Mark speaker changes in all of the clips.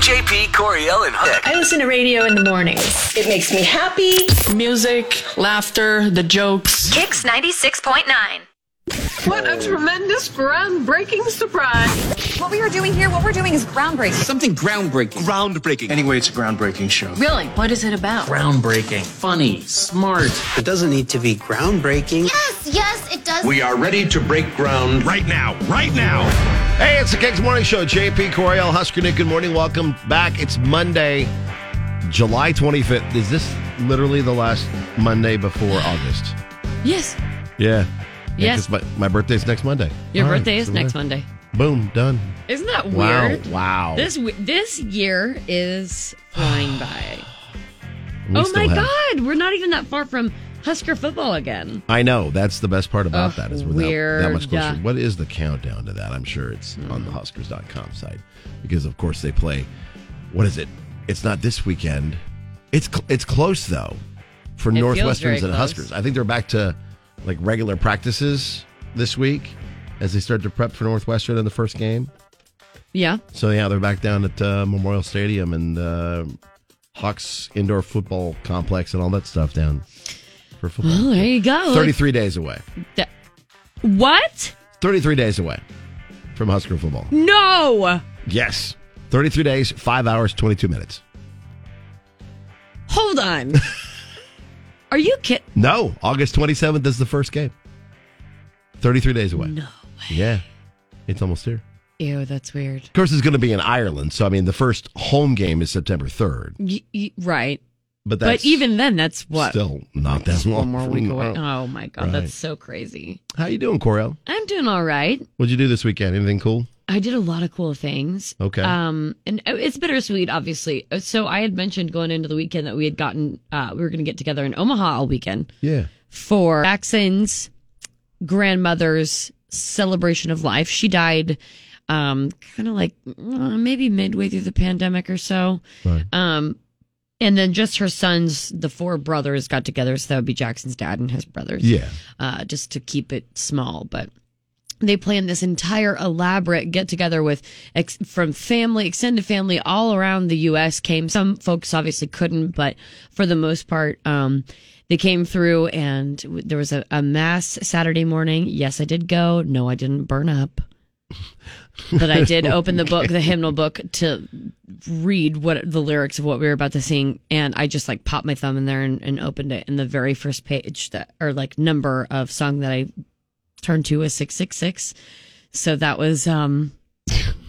Speaker 1: JP, Coriel, and Huck.
Speaker 2: I listen to radio in the mornings.
Speaker 3: It makes me happy.
Speaker 4: Music, laughter, the jokes.
Speaker 5: Kicks 96.9.
Speaker 6: What
Speaker 7: Oh.
Speaker 6: a tremendous groundbreaking surprise.
Speaker 8: What we are doing here, what we're doing is groundbreaking.
Speaker 9: Something groundbreaking.
Speaker 10: Groundbreaking. Anyway, it's a groundbreaking show.
Speaker 2: Really? What is it about?
Speaker 9: Groundbreaking. Funny. Smart.
Speaker 11: It doesn't need to be groundbreaking.
Speaker 12: Yes, yes, it does.
Speaker 13: We are ready to break ground
Speaker 14: right now. Right now.
Speaker 7: Hey, it's the Kings Morning Show. JP Coriel, Husker Nick. Good morning. Welcome back. It's Monday, July 25th. Is this literally the last Monday before August?
Speaker 15: Yes.
Speaker 7: Yeah.
Speaker 15: Yes.
Speaker 7: Yeah, 'cause my, my birthday's next Monday.
Speaker 15: Your
Speaker 7: All right,
Speaker 15: birthday is
Speaker 7: so
Speaker 15: next
Speaker 7: there.
Speaker 15: Monday.
Speaker 7: Boom. Done.
Speaker 15: Isn't that
Speaker 7: Wow.
Speaker 15: weird?
Speaker 7: Wow.
Speaker 15: This w- this year is flying by.
Speaker 7: We
Speaker 15: oh
Speaker 7: still
Speaker 15: my
Speaker 7: have-
Speaker 15: god, we're not even that far from Husker football again.
Speaker 7: I know. That's the best part about
Speaker 15: Ugh,
Speaker 7: that is we're that, that much
Speaker 15: weird. Hmm.
Speaker 7: closer. What is the countdown to that? I'm sure it's on the Huskers.com site because, of course, they play. What is it? It's not this weekend. It's cl- it's close though for
Speaker 15: It feels very
Speaker 7: Northwesterns and
Speaker 15: close.
Speaker 7: Huskers. I think they're back to like regular practices this week as they start to prep for Northwestern in the first game.
Speaker 15: Yeah.
Speaker 7: So yeah, they're back down at uh, Memorial Stadium and uh, Hawks Indoor Football Complex and all that stuff down for football.
Speaker 15: Well, Oh, there you go.
Speaker 7: Thirty-three days away.
Speaker 15: Th- what?
Speaker 7: 33 days away from Husker football.
Speaker 15: No.
Speaker 7: Yes. 33 days, 5 hours, 22 minutes.
Speaker 15: Hold on. Are you kidding?
Speaker 7: No, August 27th is the first game. 33 days away.
Speaker 15: No.
Speaker 7: Yeah. It's almost here.
Speaker 15: Ew, that's weird.
Speaker 7: Of course, it's going to be in Ireland. So, I mean, the first home game is September 3rd.
Speaker 15: Y- y- right.
Speaker 7: But that's
Speaker 15: but even then, that's what
Speaker 7: still not that
Speaker 15: one
Speaker 7: long.
Speaker 15: more
Speaker 7: from
Speaker 15: week away.
Speaker 7: now.
Speaker 15: Oh my god,
Speaker 7: Right.
Speaker 15: that's so crazy.
Speaker 7: How you doing, Coriel?
Speaker 15: I'm doing all right.
Speaker 7: What'd you do this weekend? Anything cool?
Speaker 15: I did a lot of cool things.
Speaker 7: Okay.
Speaker 15: Um, and it's bittersweet, obviously. Uh, So I had mentioned going into the weekend that we had gotten, uh, we were going to get together in Omaha all weekend
Speaker 7: Yeah.
Speaker 15: for Jackson's grandmother's celebration of life. She died, um, kind of like uh, maybe midway through the pandemic or so.
Speaker 7: Right.
Speaker 15: Um, and then just her sons, the four brothers got together. So that would be Jackson's dad and his brothers
Speaker 7: Yeah.
Speaker 15: uh, just to keep it small. But they planned this entire elaborate get together with ex- from family, extended family all around the U.S. Came some folks obviously couldn't, but for the most part, um, they came through and w- there was a, a mass Saturday morning. Yes, I did go. No, I didn't burn up. but I did open the book, the hymnal book, to read what the lyrics of what we were about to sing, and I just like popped my thumb in there and, and opened it, and the very first page that or like number of song that I turned to was six six six, so that was um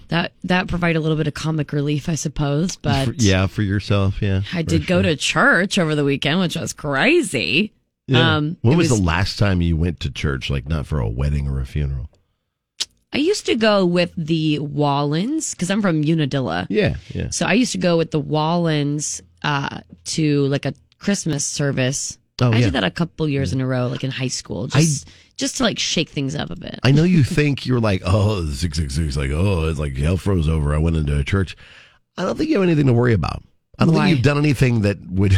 Speaker 15: that that provided a little bit of comic relief, I suppose. But
Speaker 7: For- yeah, for yourself. Yeah.
Speaker 15: I did go to church over the weekend, which was crazy. um,
Speaker 7: when
Speaker 15: it
Speaker 7: was,
Speaker 15: was-
Speaker 7: the last time you went to church? Like, not for a wedding or a funeral?
Speaker 15: I used to go with the Wallens because I'm from Unadilla.
Speaker 7: Yeah. Yeah.
Speaker 15: So I used to go with the Wallens uh, to like a Christmas service.
Speaker 7: Oh,
Speaker 15: I
Speaker 7: yeah.
Speaker 15: did that a couple years in a row, like in high school,
Speaker 7: I-
Speaker 15: just just to like shake things up a bit.
Speaker 7: I know you think you're like, oh, six six six, like, oh, it's like hell froze over. I went into a church. I don't think you have anything to worry about. I don't
Speaker 15: Why?
Speaker 7: think you've done anything that would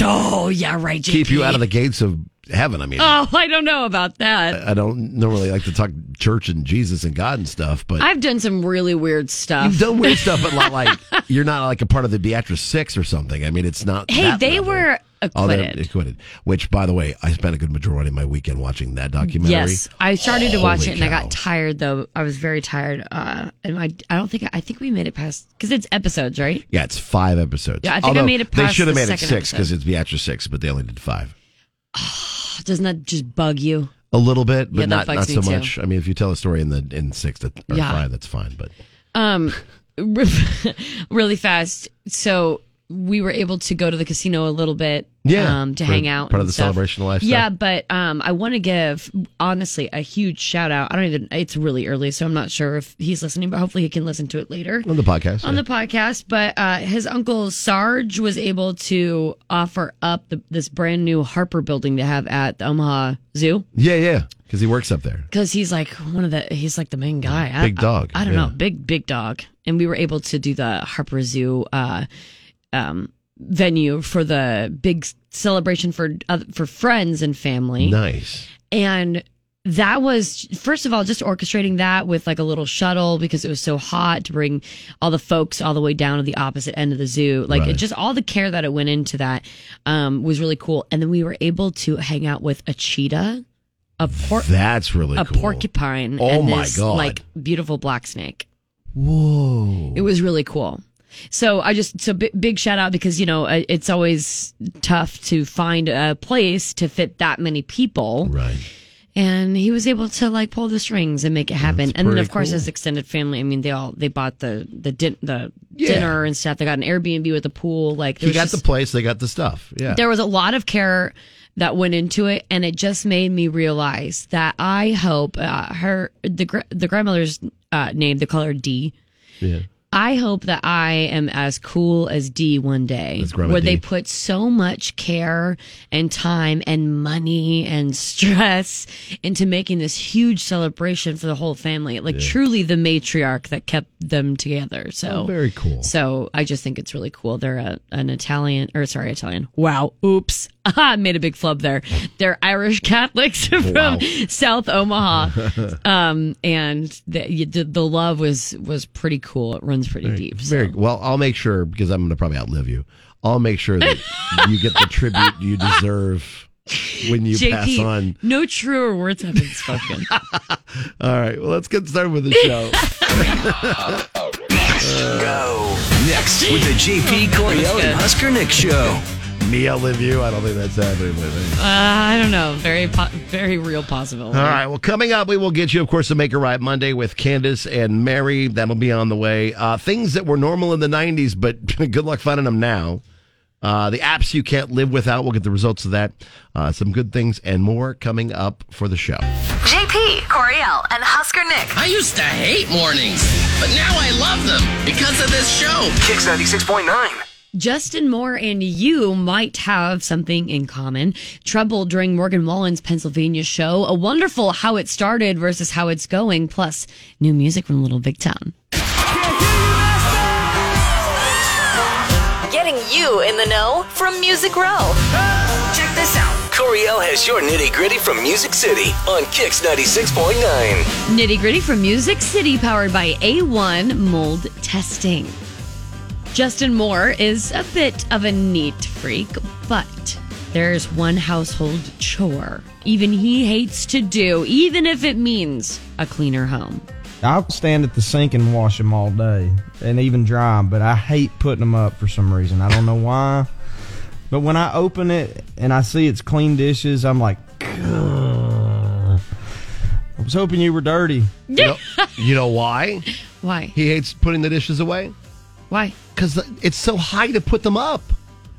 Speaker 15: oh yeah, right.
Speaker 7: keep
Speaker 15: JP.
Speaker 7: you out of the Uh, gates of heaven. I mean,
Speaker 15: Oh, I don't know about that.
Speaker 7: I don't normally like to talk church and Jesus and God and stuff, but
Speaker 15: I've done some really weird stuff.
Speaker 7: you've done weird stuff. But not like you're not like a part of the Beatrice Six or something. I mean, it's not.
Speaker 15: Hey,
Speaker 7: that
Speaker 15: they
Speaker 7: level.
Speaker 15: were
Speaker 7: Oh, they're
Speaker 15: acquitted.
Speaker 7: acquitted. Which, by the way, I spent a good majority of my weekend watching that documentary.
Speaker 15: Yes, I started to watch it
Speaker 7: Holy
Speaker 15: and I
Speaker 7: cow.
Speaker 15: got tired though. I was very tired, uh, and I I don't think I think we made it past because it's episodes, right?
Speaker 7: Yeah, it's five episodes.
Speaker 15: Yeah, I think I made it
Speaker 7: They
Speaker 15: past
Speaker 7: should have
Speaker 15: the
Speaker 7: made it
Speaker 15: second
Speaker 7: six
Speaker 15: episode.
Speaker 7: because it's Beatrice six, but they only did five.
Speaker 15: Doesn't that just bug you?
Speaker 7: A little bit, but
Speaker 15: Yeah, that
Speaker 7: not not
Speaker 15: bugs
Speaker 7: so
Speaker 15: me too.
Speaker 7: much. I mean, if you tell a story in the in six that or
Speaker 15: Yeah.
Speaker 7: five, that's fine. But
Speaker 15: Um, really fast. So we were able to go to the casino a little bit.
Speaker 7: Yeah,
Speaker 15: Um, to
Speaker 7: for
Speaker 15: hang out.
Speaker 7: part of
Speaker 15: and
Speaker 7: the
Speaker 15: stuff.
Speaker 7: celebration of life
Speaker 15: Yeah,
Speaker 7: stuff.
Speaker 15: but um, I want to give honestly a huge shout out. I don't even. It's really early, so I'm not sure if he's listening, but hopefully he can listen to it later
Speaker 7: on the podcast,
Speaker 15: on
Speaker 7: yeah.
Speaker 15: the podcast, but uh, his uncle Sarge was able to offer up the, this brand new Harper building to have at the Omaha Zoo
Speaker 7: yeah, yeah, because he works up there.
Speaker 15: because he's like one of the he's like the main guy. I-
Speaker 7: Big dog,
Speaker 15: I, I don't
Speaker 7: yeah.
Speaker 15: know, big big dog, and we were able to do the Harper Zoo uh, um, venue for the big celebration for uh, for friends and family,
Speaker 7: Nice.
Speaker 15: and that was first of all just orchestrating that with like a little shuttle because it was so hot to bring all the folks all the way down to the opposite end of the zoo like it
Speaker 7: Right.
Speaker 15: just all the care that it went into that um, was really cool and then we were able to hang out with a cheetah a por-
Speaker 7: That's really
Speaker 15: a
Speaker 7: cool.
Speaker 15: porcupine
Speaker 7: Oh
Speaker 15: and
Speaker 7: my
Speaker 15: this,
Speaker 7: God.
Speaker 15: like beautiful black snake
Speaker 7: Whoa.
Speaker 15: it was really cool. So I just so b- big shout out because you know uh, it's always tough to find a place to fit that many people,
Speaker 7: Right.
Speaker 15: and he was able to like pull the strings and make it happen.
Speaker 7: That's
Speaker 15: And then
Speaker 7: pretty
Speaker 15: of course
Speaker 7: cool.
Speaker 15: his extended family. I mean, they all they bought the the din- the
Speaker 7: Yeah.
Speaker 15: dinner and stuff. They got an Airbnb with a pool. Like there
Speaker 7: He
Speaker 15: was
Speaker 7: got
Speaker 15: just-
Speaker 7: the place, they got the stuff. Yeah.
Speaker 15: there was a lot of care that went into it, and it just made me realize that I hope uh, her the gr- the grandmother's uh, name they call her D.
Speaker 7: yeah.
Speaker 15: I hope that I am as cool as D one day,
Speaker 7: That's Grandma
Speaker 15: where they
Speaker 7: D.
Speaker 15: put so much care and time and money and stress into making this huge celebration for the whole family. Like truly the matriarch that kept them together. So
Speaker 7: Oh, very cool.
Speaker 15: So I just think it's really cool. They're a, an Italian, or sorry, Italian. Wow. Oops. I made a big flub there. They're Irish Catholics from
Speaker 7: Wow.
Speaker 15: South Omaha. um, and the, the the love was was pretty cool. It runs pretty deep. so.
Speaker 7: Very well. I'll make sure because I'm going to probably outlive you. I'll make sure that you get the tribute you deserve when you pass on.
Speaker 15: JP, no truer words have been spoken. Uh,
Speaker 7: All right. Well, let's get started with the show.
Speaker 1: Go. Next with the JP Coriel and Husker Nick show.
Speaker 7: Me outlive you. I don't think that's happening with me.
Speaker 15: uh, I don't know. Very po- very real possible.
Speaker 7: All right. Well, coming up, we will get you, of course, the Make a Right Monday with Candace and Mary. That'll be on the way. Uh, things that were normal in the 90s, but good luck finding them now. Uh, the apps you can't live without. We'll get the results of that. Uh, some good things and more coming up for the show.
Speaker 3: JP, Coriel, and Husker Nick.
Speaker 9: I used to hate mornings, but now I love them because of this show.
Speaker 1: Kicks 96.9.
Speaker 15: Justin Moore and you might have something in common. Trouble during Morgan Wallen's Pennsylvania show. A wonderful how it started versus how it's going. Plus new music from Little Big Town.
Speaker 3: Getting you in the know from Music Row. Check this out.
Speaker 1: Coriel has your nitty gritty from Music City on Kicks 96.9.
Speaker 15: Nitty gritty from Music City, powered by A1 Mold Testing. Justin Moore is a bit of a neat freak, but there's one household chore even he hates to do, even if it means a cleaner home.
Speaker 5: I'll stand at the sink and wash them all day and even dry them, but I hate putting them up for some reason. I don't know why. But when I open it and I see it's clean dishes, I'm like, "Gah." I was hoping you were dirty.
Speaker 7: You know, you know why?
Speaker 15: Why?
Speaker 7: He hates putting the dishes away
Speaker 15: Why?
Speaker 7: because it's so high to put them up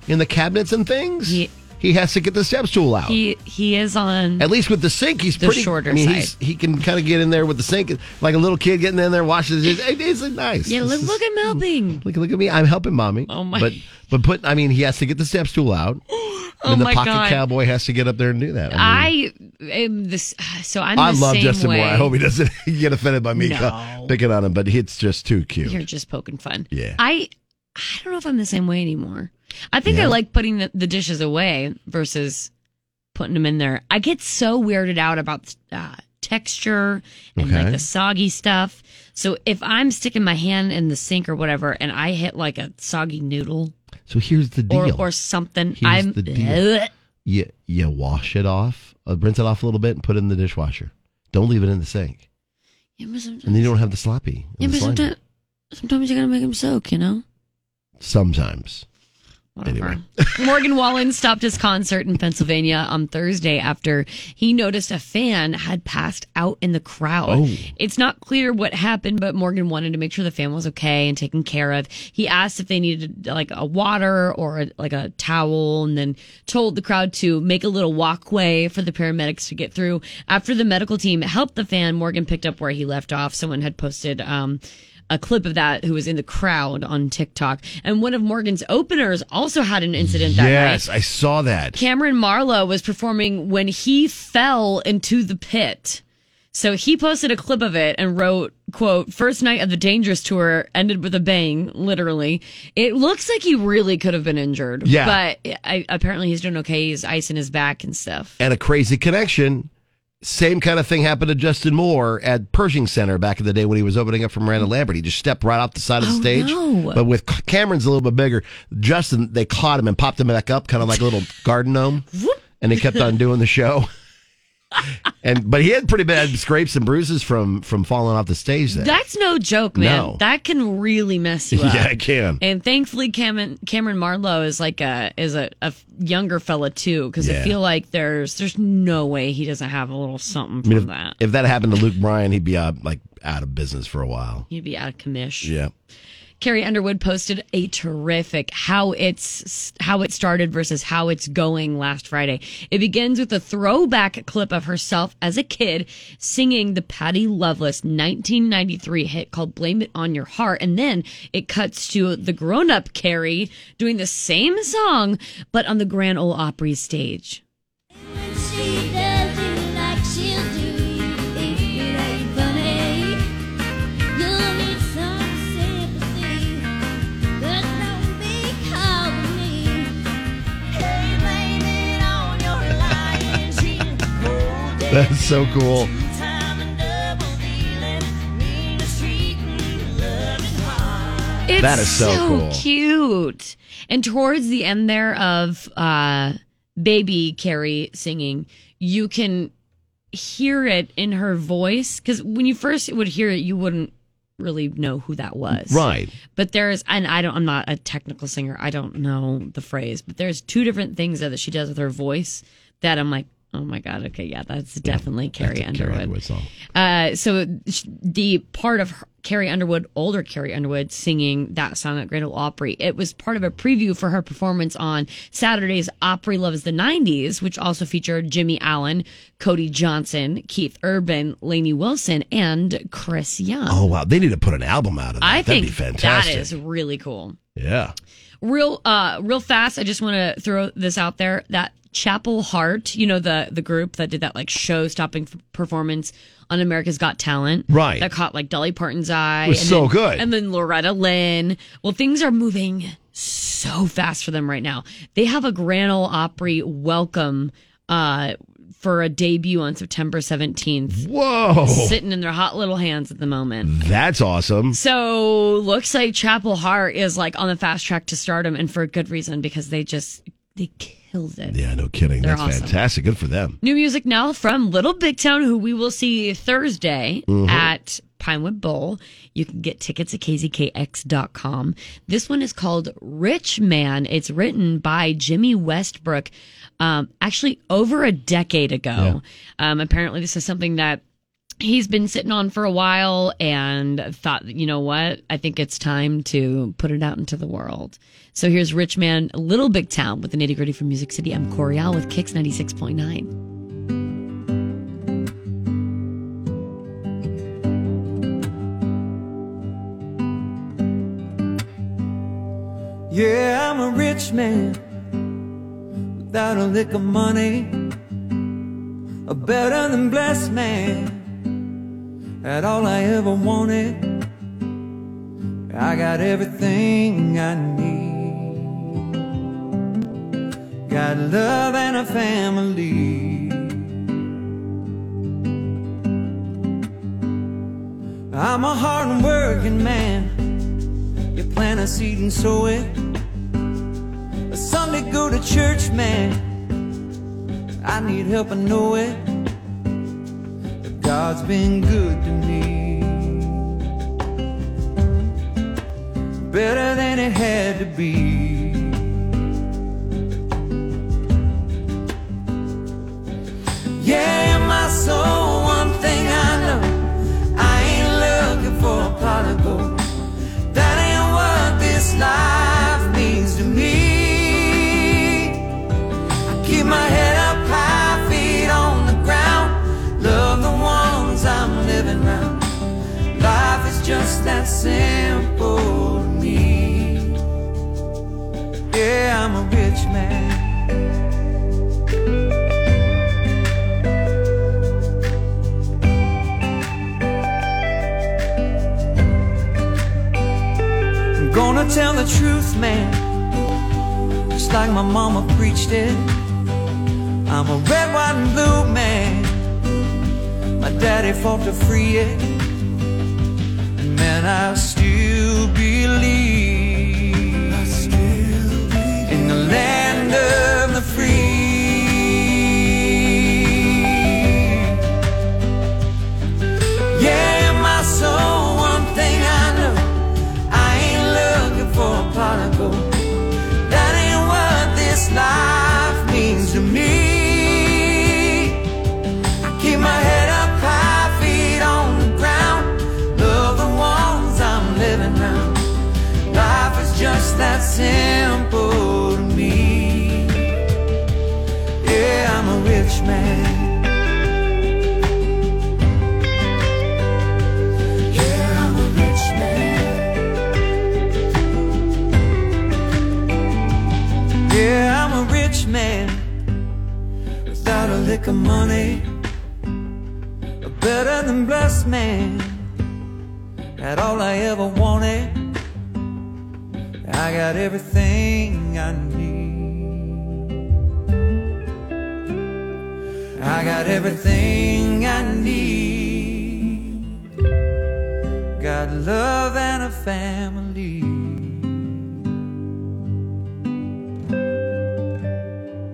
Speaker 7: in the cabinets and things.
Speaker 15: He-
Speaker 7: he has to get the step stool out.
Speaker 15: He he is on
Speaker 7: At least with the sink, he's
Speaker 15: The
Speaker 7: pretty
Speaker 15: shorter
Speaker 7: I mean, he's- he can kind of get in there with the sink, like a little kid getting in there washing the dishes. It is nice.
Speaker 15: Yeah,
Speaker 7: This
Speaker 15: look
Speaker 7: is-
Speaker 15: look at Melving.
Speaker 7: Look, look at me. I'm helping mommy. Oh
Speaker 15: my.
Speaker 7: But but put. I mean, he has to get the step stool out. Oh and the
Speaker 15: my
Speaker 7: pocket
Speaker 15: God.
Speaker 7: cowboy has to get up there and do that. mean,
Speaker 15: I am this so I'm
Speaker 7: I
Speaker 15: the
Speaker 7: love
Speaker 15: same
Speaker 7: Justin
Speaker 15: way.
Speaker 7: Moore. I hope he doesn't get offended by me
Speaker 15: No.
Speaker 7: picking on him, but it's just too cute.
Speaker 15: You're just poking fun.
Speaker 7: Yeah.
Speaker 15: I I don't know if I'm the same way anymore. I think I
Speaker 7: Yeah.
Speaker 15: like putting the, the dishes away versus putting them in there. I get so weirded out about uh, texture and like
Speaker 7: Okay.
Speaker 15: the soggy stuff. So if I'm sticking my hand in the sink or whatever and I hit like a soggy noodle
Speaker 7: So here's the
Speaker 15: or,
Speaker 7: deal.
Speaker 15: or something,
Speaker 7: Here's
Speaker 15: I'm
Speaker 7: the deal. you you wash it off, uh, rinse it off a little bit, and put it in the dishwasher. Don't leave it in the sink,
Speaker 15: Yeah, but sometimes-
Speaker 7: and then you don't have the sloppy. and
Speaker 15: Yeah,
Speaker 7: the
Speaker 15: but
Speaker 7: slimy.
Speaker 15: sometimes, sometimes you gotta make them soak, you know?
Speaker 7: Sometimes.
Speaker 15: Whatever.
Speaker 7: Anyway.
Speaker 15: Morgan Wallen stopped his concert in Pennsylvania on Thursday after he noticed a fan had passed out in the crowd.
Speaker 7: Oh.
Speaker 15: It's not clear what happened, but Morgan wanted to make sure the fan was okay and taken care of. He asked if they needed like a water or like a towel and then told the crowd to make a little walkway for the paramedics to get through. After the medical team helped the fan, Morgan picked up where he left off. Someone had posted, um, a clip of that who was in the crowd on TikTok. And one of Morgan's openers also had an incident that night.
Speaker 7: Yes, I saw that.
Speaker 15: Cameron Marlowe was performing when he fell into the pit. So he posted a clip of it and wrote, quote, first night of the dangerous tour ended with a bang, literally. It looks like he really could have been injured.
Speaker 7: Yeah.
Speaker 15: But I, apparently he's doing okay. He's icing his back and stuff.
Speaker 7: And a crazy connection. Same kind of thing happened to Justin Moore at Pershing Center back in the day when he was opening up for Miranda Lambert. He just stepped right off the side of the
Speaker 15: Oh,
Speaker 7: stage.
Speaker 15: no.
Speaker 7: But with Cameron's a little bit bigger, Justin, they caught him and popped him back up, kind of like a little garden gnome. And he kept on doing the show. and but he had pretty bad scrapes and bruises from from falling off the stage there.
Speaker 15: That's no joke, man.
Speaker 7: No.
Speaker 15: That can really mess you up.
Speaker 7: yeah, I can.
Speaker 15: And thankfully, Cameron Cameron Marlowe is like a is a, a younger fella too, because I
Speaker 7: Yeah.
Speaker 15: feel like there's there's no way he doesn't have a little something
Speaker 7: I
Speaker 15: from
Speaker 7: mean, if,
Speaker 15: that.
Speaker 7: if that happened to Luke Bryan, he'd be uh, like out of business for a while.
Speaker 15: He'd be out of commish.
Speaker 7: Yeah.
Speaker 15: Carrie Underwood posted a terrific how it's how it started versus how it's going last Friday. It begins with a throwback clip of herself as a kid singing the Patti Loveless 1993 hit called "Blame It on Your Heart," and then it cuts to the grown-up Carrie doing the same song but on the Grand Ole Opry stage.
Speaker 12: She does you like she'll do you if you ain't funny. You'll need some sympathy, but don't be calling me. Hey, blame it on your lying, cheating, gold
Speaker 7: That's so cool.
Speaker 12: time and double dealing, mean mistreating, loving hard.
Speaker 15: It's
Speaker 7: That is so cool.
Speaker 15: cute. And towards the end there of uh baby Carrie singing, you can hear it in her voice cuz when you first would hear it you wouldn't really know who that was.
Speaker 7: Right.
Speaker 15: But there's and I don't I'm not a technical singer. I don't know the phrase, but there's two different things that she does with her voice that I'm like, "Oh my god, okay, yeah, that's definitely Carrie Underwood." Uh, so sh- the part of her- Carrie Underwood, older Carrie Underwood, singing that song at Grand Ole Opry, it was part of a preview for her performance on Saturday's Opry Loves the 90s, which also featured Jimmy Allen, Cody Johnson, Keith Urban, Lainey Wilson, and Chris Young.
Speaker 7: Oh wow, they need to put an album out of that.
Speaker 15: I
Speaker 7: That'd
Speaker 15: think
Speaker 7: be fantastic.
Speaker 15: that is really cool.
Speaker 7: Yeah.
Speaker 15: Real, uh, real fast. I just want to throw this out there that Chapel Heart, you know the the group that did that like show-stopping f- performance on America's Got Talent,
Speaker 7: Right.
Speaker 15: That caught like Dolly Parton's eye.
Speaker 7: It was so
Speaker 15: then-
Speaker 7: good.
Speaker 15: And then Loretta Lynn. Well, things are moving so fast for them right now. They have a Grand Ole Opry welcome uh, for a debut on September seventeenth.
Speaker 7: Whoa.
Speaker 15: Sitting in their hot little hands at the moment.
Speaker 7: That's awesome.
Speaker 15: So looks like Chapel Heart is like on the fast track to stardom, and for a good reason because they just they killed it.
Speaker 7: Yeah, no kidding.
Speaker 15: They're
Speaker 7: That's
Speaker 15: awesome.
Speaker 7: fantastic. Good for them.
Speaker 15: New music now from Little Big Town, who we will see Thursday
Speaker 7: Mhm.
Speaker 15: at Pinewood Bowl. You can get tickets at kzkx.com. This one is called Rich Man. It's written by Jimmy Westbrook, um, actually over a decade ago. Um, apparently, this is something that he's been sitting on for a while and thought, you know what? I think it's time to put it out into the world. So here's Rich Man, Little Big Town with the nitty gritty from Music City. I'm Coriel with Kicks 96.9.
Speaker 14: Yeah, I'm a rich man without a lick of money. A better than blessed man at all I ever wanted. I got everything I need. Got love and a family. I'm a hard working man. You plant a seed and sow it. I Sunday go to church, man. I need help, I know it. But God's been good to me. Better than it had to be. Yeah, in my soul, one thing I know. I ain't looking for a pot of gold. That ain't what this life means to me. I keep my head up high, feet on the ground. Love the ones I'm living round. Life is just that simple to me. Yeah, I'm a rich man. I'm gonna tell the truth, man. Just like my mama preached it. I'm a red, white, and blue man. My daddy fought to free it. And man, I still believe. I still believe in the land of the free. Yeah, my soul, one thing I know. I ain't looking for a pot of gold. That ain't what this life means to me. I keep my head up high, feet on the ground. Love the ones I'm living now. Life is just that simple to me. Yeah, I'm a rich man. Yeah, I'm a rich man. Yeah, I'm a rich man without a lick of money. A better than blessed man. Had all I ever wanted. I got everything I need. I got everything I need. Got love and a family.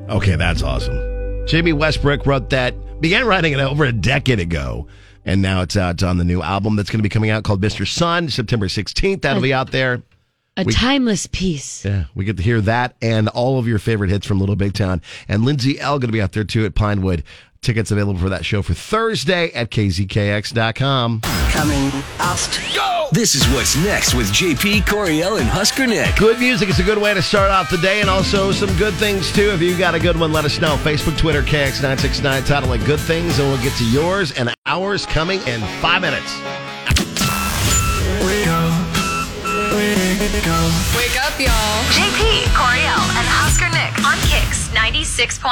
Speaker 7: Okay, that's awesome. Jamie Westbrook wrote that, began writing it over a decade ago, and now it's out on the new album that's going to be coming out called Mr. Sun, September 16th. That'll be out there.
Speaker 15: A
Speaker 7: We-
Speaker 15: timeless piece.
Speaker 7: Yeah, we get to hear that and all of your favorite hits from Little Big Town. And Lindsay L going to be out there too at Pinewood. Tickets available for that show for Thursday at kzkx.com.
Speaker 1: Coming up. Go! This is what's next with JP Coriel and Husker Nick.
Speaker 7: Good music is a good way to start off the day, and also some good things too. If you got a good one, let us know. Facebook, Twitter, KX969, title it Good Things, and we'll get to yours and ours coming in five minutes.
Speaker 3: Wake up, y'all. JP, Coriel, and Oscar Nick on Kicks 96.9.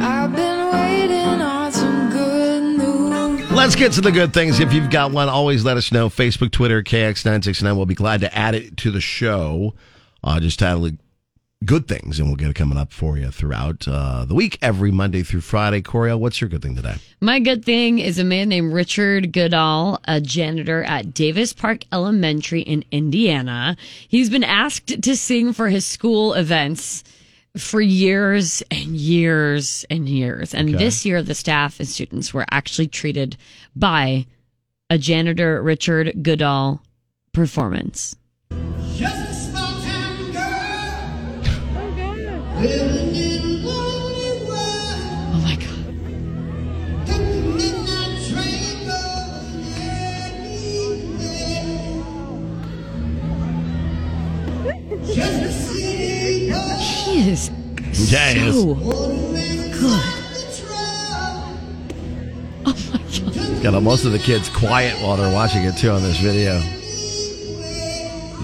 Speaker 16: I've been waiting on some good news.
Speaker 7: Let's get to the good things. If you've got one, always let us know. Facebook, Twitter, KX969. We'll be glad to add it to the show. Uh, just title it Good Things, and we'll get it coming up for you throughout uh, the week, every Monday through Friday. Coriel, what's your good thing today?
Speaker 15: My good thing is a man named Richard Goodall, a janitor at Davis Park Elementary in Indiana. He's been asked to sing for his school events for years and years and years. And
Speaker 17: Okay.
Speaker 15: this year, the staff and students were actually treated by a janitor, Richard Goodall, performance.
Speaker 16: Just a small town girl. Oh, God. Living in a lonely world.
Speaker 15: Oh, my God.
Speaker 16: Got the midnight train going anywhere. Just a city boy.
Speaker 15: He is
Speaker 7: Yes.
Speaker 15: so good.
Speaker 7: Got most of the kids quiet while they're watching it too on this video.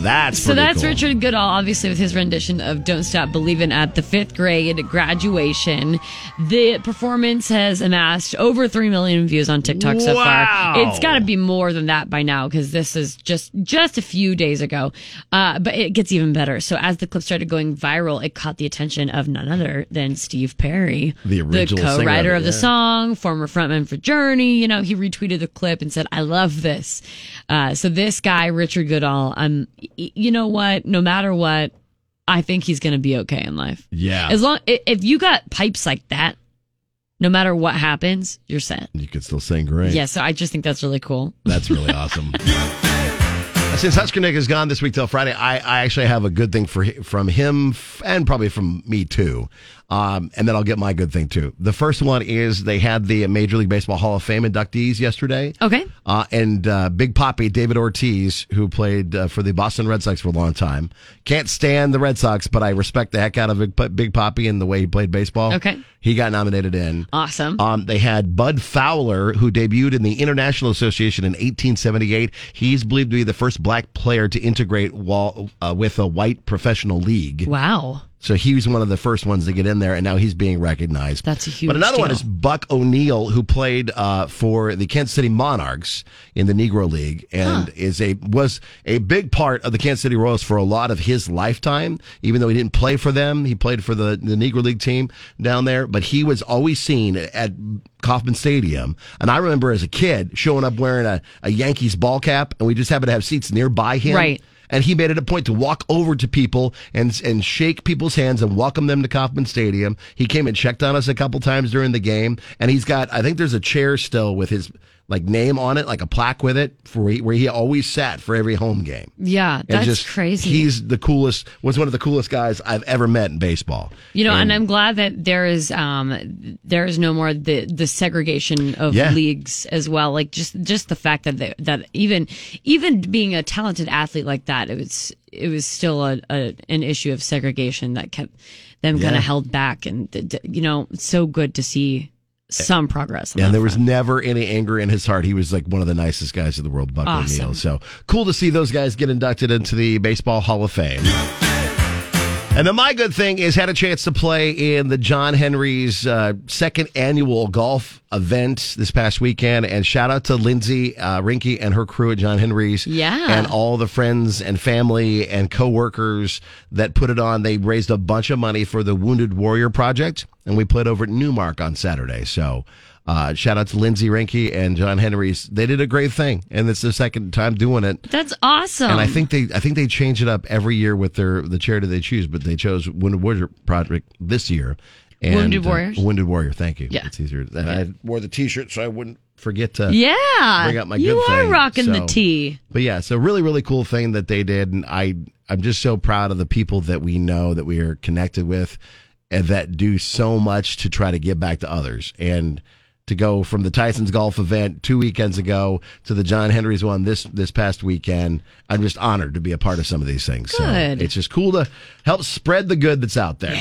Speaker 7: That's
Speaker 15: So
Speaker 7: pretty
Speaker 15: that's
Speaker 7: cool.
Speaker 15: Richard Goodall, obviously, with his rendition of Don't Stop Believin' at the fifth grade graduation. The performance has amassed over 3 million views on TikTok so
Speaker 17: Wow.
Speaker 15: far. It's got to be more than that by now because this is just, just a few days ago. Uh, but it gets even better. So as the clip started going viral, it caught the attention of none other than Steve Perry,
Speaker 7: The original singer of
Speaker 15: co-writer
Speaker 7: it,
Speaker 15: of the
Speaker 7: yeah.
Speaker 15: song song, former frontman for Journey. You know, he retweeted the clip and said, I love this. Uh, so this guy, Richard Goodall, um, y- you know what? No matter what, I think he's going to be okay in life.
Speaker 7: Yeah.
Speaker 15: As long, i- if you got pipes like that, no matter what happens, you're set.
Speaker 7: You could still sing great.
Speaker 15: Yeah. So I just think that's really cool.
Speaker 7: That's really awesome. Since Husker Nick is gone this week till Friday, I, I actually have a good thing for hi- from him f- and probably from me too, um, and then I'll get my good thing too. The first one is they had the Major League Baseball Hall of Fame inductees yesterday.
Speaker 15: Okay.
Speaker 7: Uh, and uh, Big Poppy David Ortiz, who played uh, for the Boston Red Sox for a long time, can't stand the Red Sox, but I respect the heck out of Big, P- Big Poppy and the way he played baseball.
Speaker 15: Okay.
Speaker 7: he got nominated in.
Speaker 15: Awesome.
Speaker 7: Um, they had Bud Fowler, who debuted in the International Association in 1878. He's believed to be the first black player to integrate while, uh, with a white professional league.
Speaker 15: Wow.
Speaker 7: So he was one of the first ones to get in there, and now he's being recognized.
Speaker 15: That's a huge
Speaker 7: But another one
Speaker 15: deal.
Speaker 7: is Buck O'Neill, who played uh, for the Kansas City Monarchs in the Negro League, and is a was a big part of the Kansas City Royals for a lot of his lifetime. Even though he didn't play for them, he played for the, the Negro League team down there. But he was always seen at Kauffman Stadium, and I remember as a kid showing up wearing a, a Yankees ball cap, and we just happened to have seats nearby him.
Speaker 15: Right.
Speaker 7: And he made it a point to walk over to people and and shake people's hands and welcome them to Kauffman Stadium. He came and checked on us a couple times during the game, and he's got I think there's a chair still with his like name on it, like a plaque with it for where he, where he always sat for every home game.
Speaker 15: Yeah,
Speaker 7: And
Speaker 15: that's crazy.
Speaker 7: He's the coolest. Was one of the coolest guys I've ever met in baseball.
Speaker 15: You know, and, I'm glad that there is um there is no more the the segregation of
Speaker 7: Yeah.
Speaker 15: leagues as well. Like just just the fact that they, that even even being a talented athlete like that, it was it was still a, a an issue of segregation that kept them kind
Speaker 7: Yeah.
Speaker 15: of held back. And th- th- you know, it's so good to see some progress. on
Speaker 7: Yeah,
Speaker 15: that
Speaker 7: and there was
Speaker 15: front.
Speaker 7: never any anger in his heart. He was like one of the nicest guys in the world, Buck
Speaker 15: Awesome.
Speaker 7: O'Neill. So cool to see those guys get inducted into the Baseball Hall of Fame. And then my good thing is had a chance to play in the John Henry's uh, second annual golf event this past weekend. And shout out to Lindsay uh, Rinke and her crew at John Henry's.
Speaker 15: Yeah.
Speaker 7: And all the friends and family and coworkers that put it on. They raised a bunch of money for the Wounded Warrior Project, and we played over at Newmark on Saturday. So. Uh, shout out to Lindsay Rinke and John Henry's. They did a great thing, and it's the second time doing it.
Speaker 15: That's awesome.
Speaker 7: And I think they I think they change it up every year with their the charity they choose, but they chose Wounded Warrior Project this year. And,
Speaker 15: Wounded
Speaker 7: uh,
Speaker 15: Warriors?
Speaker 7: Wounded Warrior. Thank you.
Speaker 15: Yeah.
Speaker 7: it's easier. And I wore the T-shirt, so I wouldn't forget to
Speaker 15: yeah,
Speaker 7: bring up my
Speaker 15: you
Speaker 7: good
Speaker 15: are
Speaker 7: thing.
Speaker 15: rocking the
Speaker 7: So-
Speaker 15: tee.
Speaker 7: But yeah, so really really cool thing that they did, and I I'm just so proud of the people that we know that we are connected with, and that do so much to try to give back to others and. To go from the Tyson's golf event two weekends ago to the John Henry's one this this past weekend, I'm just honored to be a part of some of these things.
Speaker 15: Good.
Speaker 7: So it's just cool to help spread the good that's out there.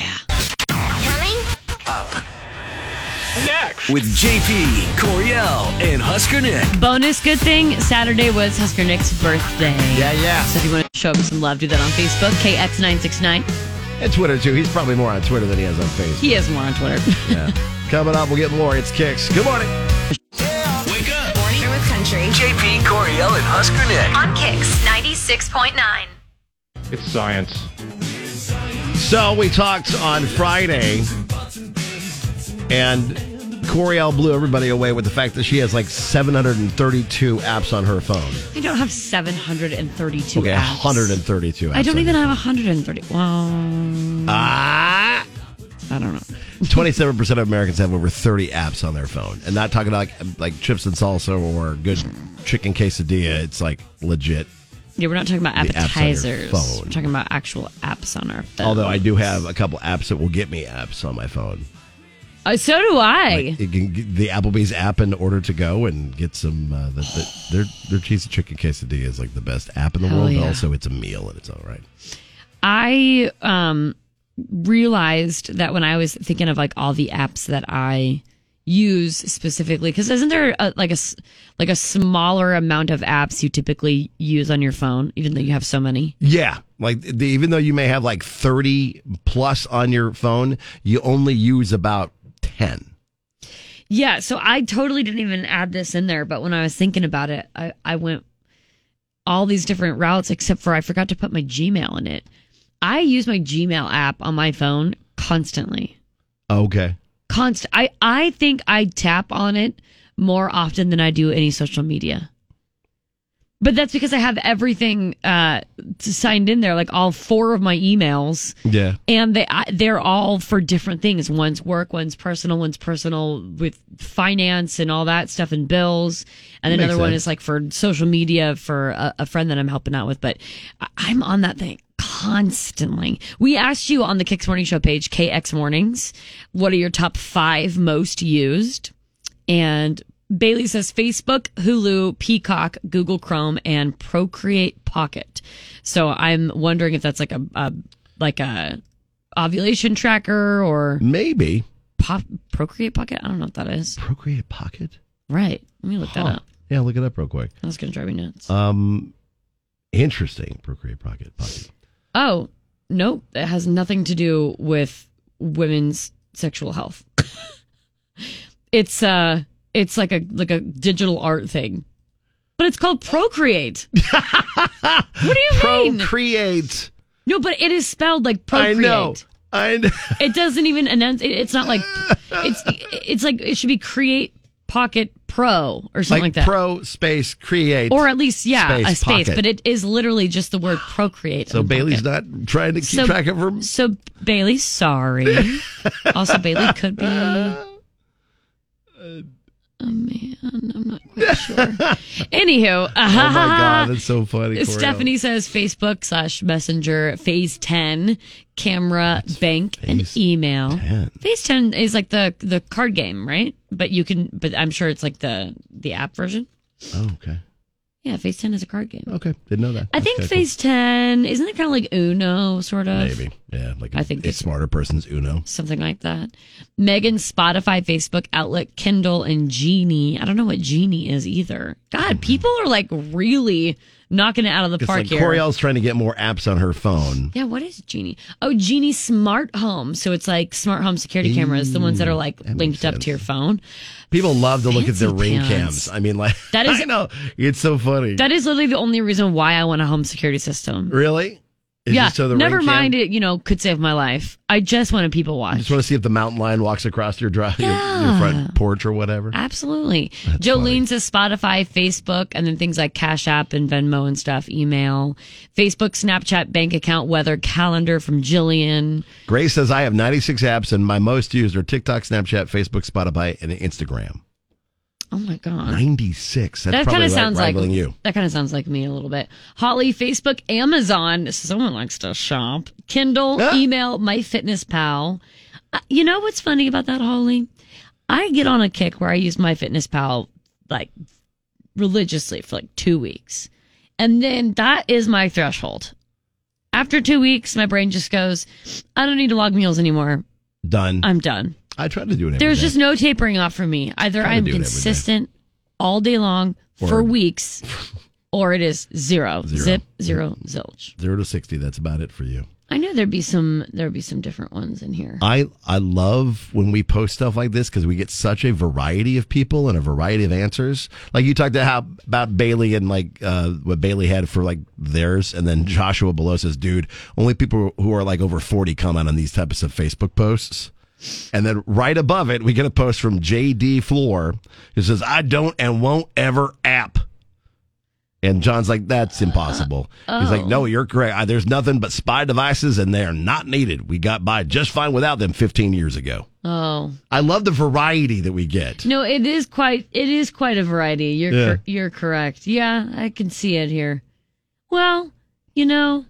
Speaker 1: With JP, Coriel, and Husker Nick.
Speaker 15: Bonus good thing Saturday was Husker Nick's birthday. Yeah,
Speaker 7: yeah.
Speaker 15: So if you want to show him some love, do that on Facebook, KX969.
Speaker 7: And Twitter too. He's probably more on Twitter than he is on Facebook.
Speaker 15: He is more on Twitter.
Speaker 7: Yeah. Coming up, we'll get more. It's kicks. Good morning.
Speaker 3: Morning with Country.
Speaker 1: JP, Coriel, and Husker Nick.
Speaker 3: On Kicks 96.9.
Speaker 13: It's science.
Speaker 7: So we talked on Friday, and Coriel blew everybody away with the fact that she has like 732 apps on her phone.
Speaker 15: I don't have 732
Speaker 7: Okay,
Speaker 15: apps.
Speaker 7: 132 apps.
Speaker 15: I don't
Speaker 7: on
Speaker 15: even
Speaker 7: her
Speaker 15: have 130. Well,
Speaker 7: phone. Ah!
Speaker 15: I don't know.
Speaker 7: 27% of Americans have over 30 apps on their phone. And not talking about like, like chips and salsa or good chicken quesadilla. It's like legit.
Speaker 15: Yeah, we're not talking about
Speaker 7: The apps on your
Speaker 15: appetizers.
Speaker 7: phone.
Speaker 15: We're talking about actual apps on our phone.
Speaker 7: Although I do have a couple apps that will get me apps on my phone.
Speaker 15: Uh, so do I.
Speaker 7: You can get the Applebee's app in order to go and get some. Uh, the, the, their their cheese and chicken quesadilla is like the best app in the
Speaker 15: Hell
Speaker 7: world,
Speaker 15: yeah.
Speaker 7: but also it's a meal and it's all right.
Speaker 15: I um realized that when I was thinking of like all the apps that I use specifically because isn't there a, like a s- like a smaller amount of apps you typically use on your phone even though you have so many
Speaker 7: Yeah, like the, even though you may have like thirty plus on your phone, you only use about ten.
Speaker 15: yeah so i totally didn't even add this in there but when i was thinking about it i, I went all these different routes except for i forgot to put my gmail in it i use my gmail app on my phone constantly
Speaker 7: Okay,
Speaker 15: constant i i think i tap on it more often than i do any social media but that's because i have everything uh signed in there like all four of my emails
Speaker 7: yeah,
Speaker 15: and they I, they're all for different things one's work one's personal one's personal with finance and all that stuff and bills and
Speaker 7: Makes
Speaker 15: another one
Speaker 7: sense.
Speaker 15: is like for social media for a, a friend that i'm helping out with but I, i'm on that thing constantly we asked you on the kicks morning show page kx mornings what are your top five most used and Bailey says Facebook, Hulu, Peacock, Google Chrome, and Procreate Pocket. So I'm wondering if that's like a, a like a ovulation tracker or
Speaker 7: maybe
Speaker 15: pop, Procreate Pocket. I don't know what that is.
Speaker 7: Procreate Pocket.
Speaker 15: Right. Let me look that
Speaker 7: Huh.
Speaker 15: up.
Speaker 7: Yeah, look it up real quick.
Speaker 15: That's gonna drive me nuts.
Speaker 7: Um, interesting. Procreate Pocket. Pocket.
Speaker 15: Oh, nope, it has nothing to do with women's sexual health. it's uh it's like a like a digital art thing. But it's called Procreate. what do you mean?
Speaker 7: Procreate.
Speaker 15: No, but it is spelled like procreate.
Speaker 7: I know. I know.
Speaker 15: It doesn't even announce. It, it's not like it's. It's like it should be create pocket pro or something like, that.
Speaker 7: pro space create.
Speaker 15: or at least yeah,
Speaker 7: space
Speaker 15: a space.
Speaker 7: pocket.
Speaker 15: But it is literally just the word procreate.
Speaker 7: So
Speaker 15: in
Speaker 7: Bailey's
Speaker 15: pocket.
Speaker 7: not trying to keep track of her. Oh
Speaker 15: So Bailey, sorry. also, Bailey could be a man. I'm not quite sure. Anywho,
Speaker 7: Oh my god, that's so funny. Cory.
Speaker 15: Stephanie says Facebook slash Messenger, Phase 10, camera, bank, and email. Phase 10 is like the the card game, right? But you can, but I'm sure it's like the the app version.
Speaker 7: Oh, okay.
Speaker 15: Yeah, Phase 10 is a card game.
Speaker 7: Okay, didn't know that.
Speaker 15: I think
Speaker 7: Okay, cool.
Speaker 15: Phase 10 isn't it kind of like Uno, sort of?
Speaker 7: maybe. Yeah, like
Speaker 15: I think
Speaker 7: a
Speaker 15: it's-
Speaker 7: smarter person's Uno.
Speaker 15: Something like that. Megan, Spotify, Facebook, Outlet, Kindle, and Genie. I don't know what Genie is either. God, people are like really knocking it out of the
Speaker 7: Mm-hmm. It's
Speaker 15: park
Speaker 7: like
Speaker 15: here.
Speaker 7: Coriel's trying to get more apps on her phone.
Speaker 15: Yeah, what is Genie? Oh, Genie Smart Home. So it's like smart home security cameras, the ones that are like linked up to your phone.
Speaker 7: People love to look at their
Speaker 15: Fancy
Speaker 7: ring
Speaker 15: pants.
Speaker 7: cams. I mean, like
Speaker 15: That is-
Speaker 7: I know it's so funny.
Speaker 15: That is literally the only reason why I want a home security system.
Speaker 7: really? Is
Speaker 15: yeah,
Speaker 7: it so the
Speaker 15: never
Speaker 7: ring cam-
Speaker 15: mind it. You know, could save my life. I just want a people
Speaker 7: I
Speaker 15: watch.
Speaker 7: just want to see if the mountain lion walks across your drive, your,
Speaker 15: Yeah.
Speaker 7: your front porch or whatever.
Speaker 15: Absolutely. Jolene says Spotify, Facebook, and then things like Cash App and Venmo and stuff, email, Facebook, Snapchat, bank account, weather, calendar from Jillian.
Speaker 7: Grace says I have 96 apps and my most used are TikTok, Snapchat, Facebook, Spotify, and Instagram.
Speaker 15: Oh my God.
Speaker 7: 96. That's
Speaker 15: that
Speaker 7: probably
Speaker 15: kind
Speaker 7: right,
Speaker 15: of sounds like
Speaker 7: rivaling you.
Speaker 15: That kind of sounds like me a little bit. Holly, Facebook, Amazon. Someone likes to shop. Kindle,
Speaker 7: Ah.
Speaker 15: email, MyFitnessPal. Uh, you know what's funny about that, Holly? I get on a kick where I use MyFitnessPal like religiously for like two weeks, and then that is my threshold. After two weeks, my brain just goes, I don't need to log meals anymore.
Speaker 7: Done.
Speaker 15: I'm done.
Speaker 7: I tried to do it. every
Speaker 15: There's
Speaker 7: day.
Speaker 15: just no tapering off for me. Either
Speaker 7: Try to
Speaker 15: I'm
Speaker 7: do it every day.
Speaker 15: consistent all day long for
Speaker 7: Or-
Speaker 15: weeks, or it is zero,
Speaker 7: Zero. Mm-hmm.
Speaker 15: zip, zero, zilch.
Speaker 7: zero to 60. That's about it for you.
Speaker 15: I know there'd be some there'd be some different ones in here.
Speaker 7: I I love when we post stuff like this because we get such a variety of people and a variety of answers. Like you talked to how about Bailey and like uh, what Bailey had for like theirs, and then Joshua below says, "Dude, only people who are like over forty comment on these types of Facebook posts." And then right above it, we get a post from JD Floor who says, "I don't and won't ever app." And John's like, that's impossible. He's like,
Speaker 15: oh.
Speaker 7: no, you're correct. Uh, There's nothing but spy devices, and they are not needed. We got by just fine without them 15 years ago.
Speaker 15: Oh
Speaker 7: I love the variety that we get.
Speaker 15: no, it is quite it is quite a variety. You're
Speaker 7: Yeah.
Speaker 15: cor- you're correct. Yeah, I can see it here. Well, you know,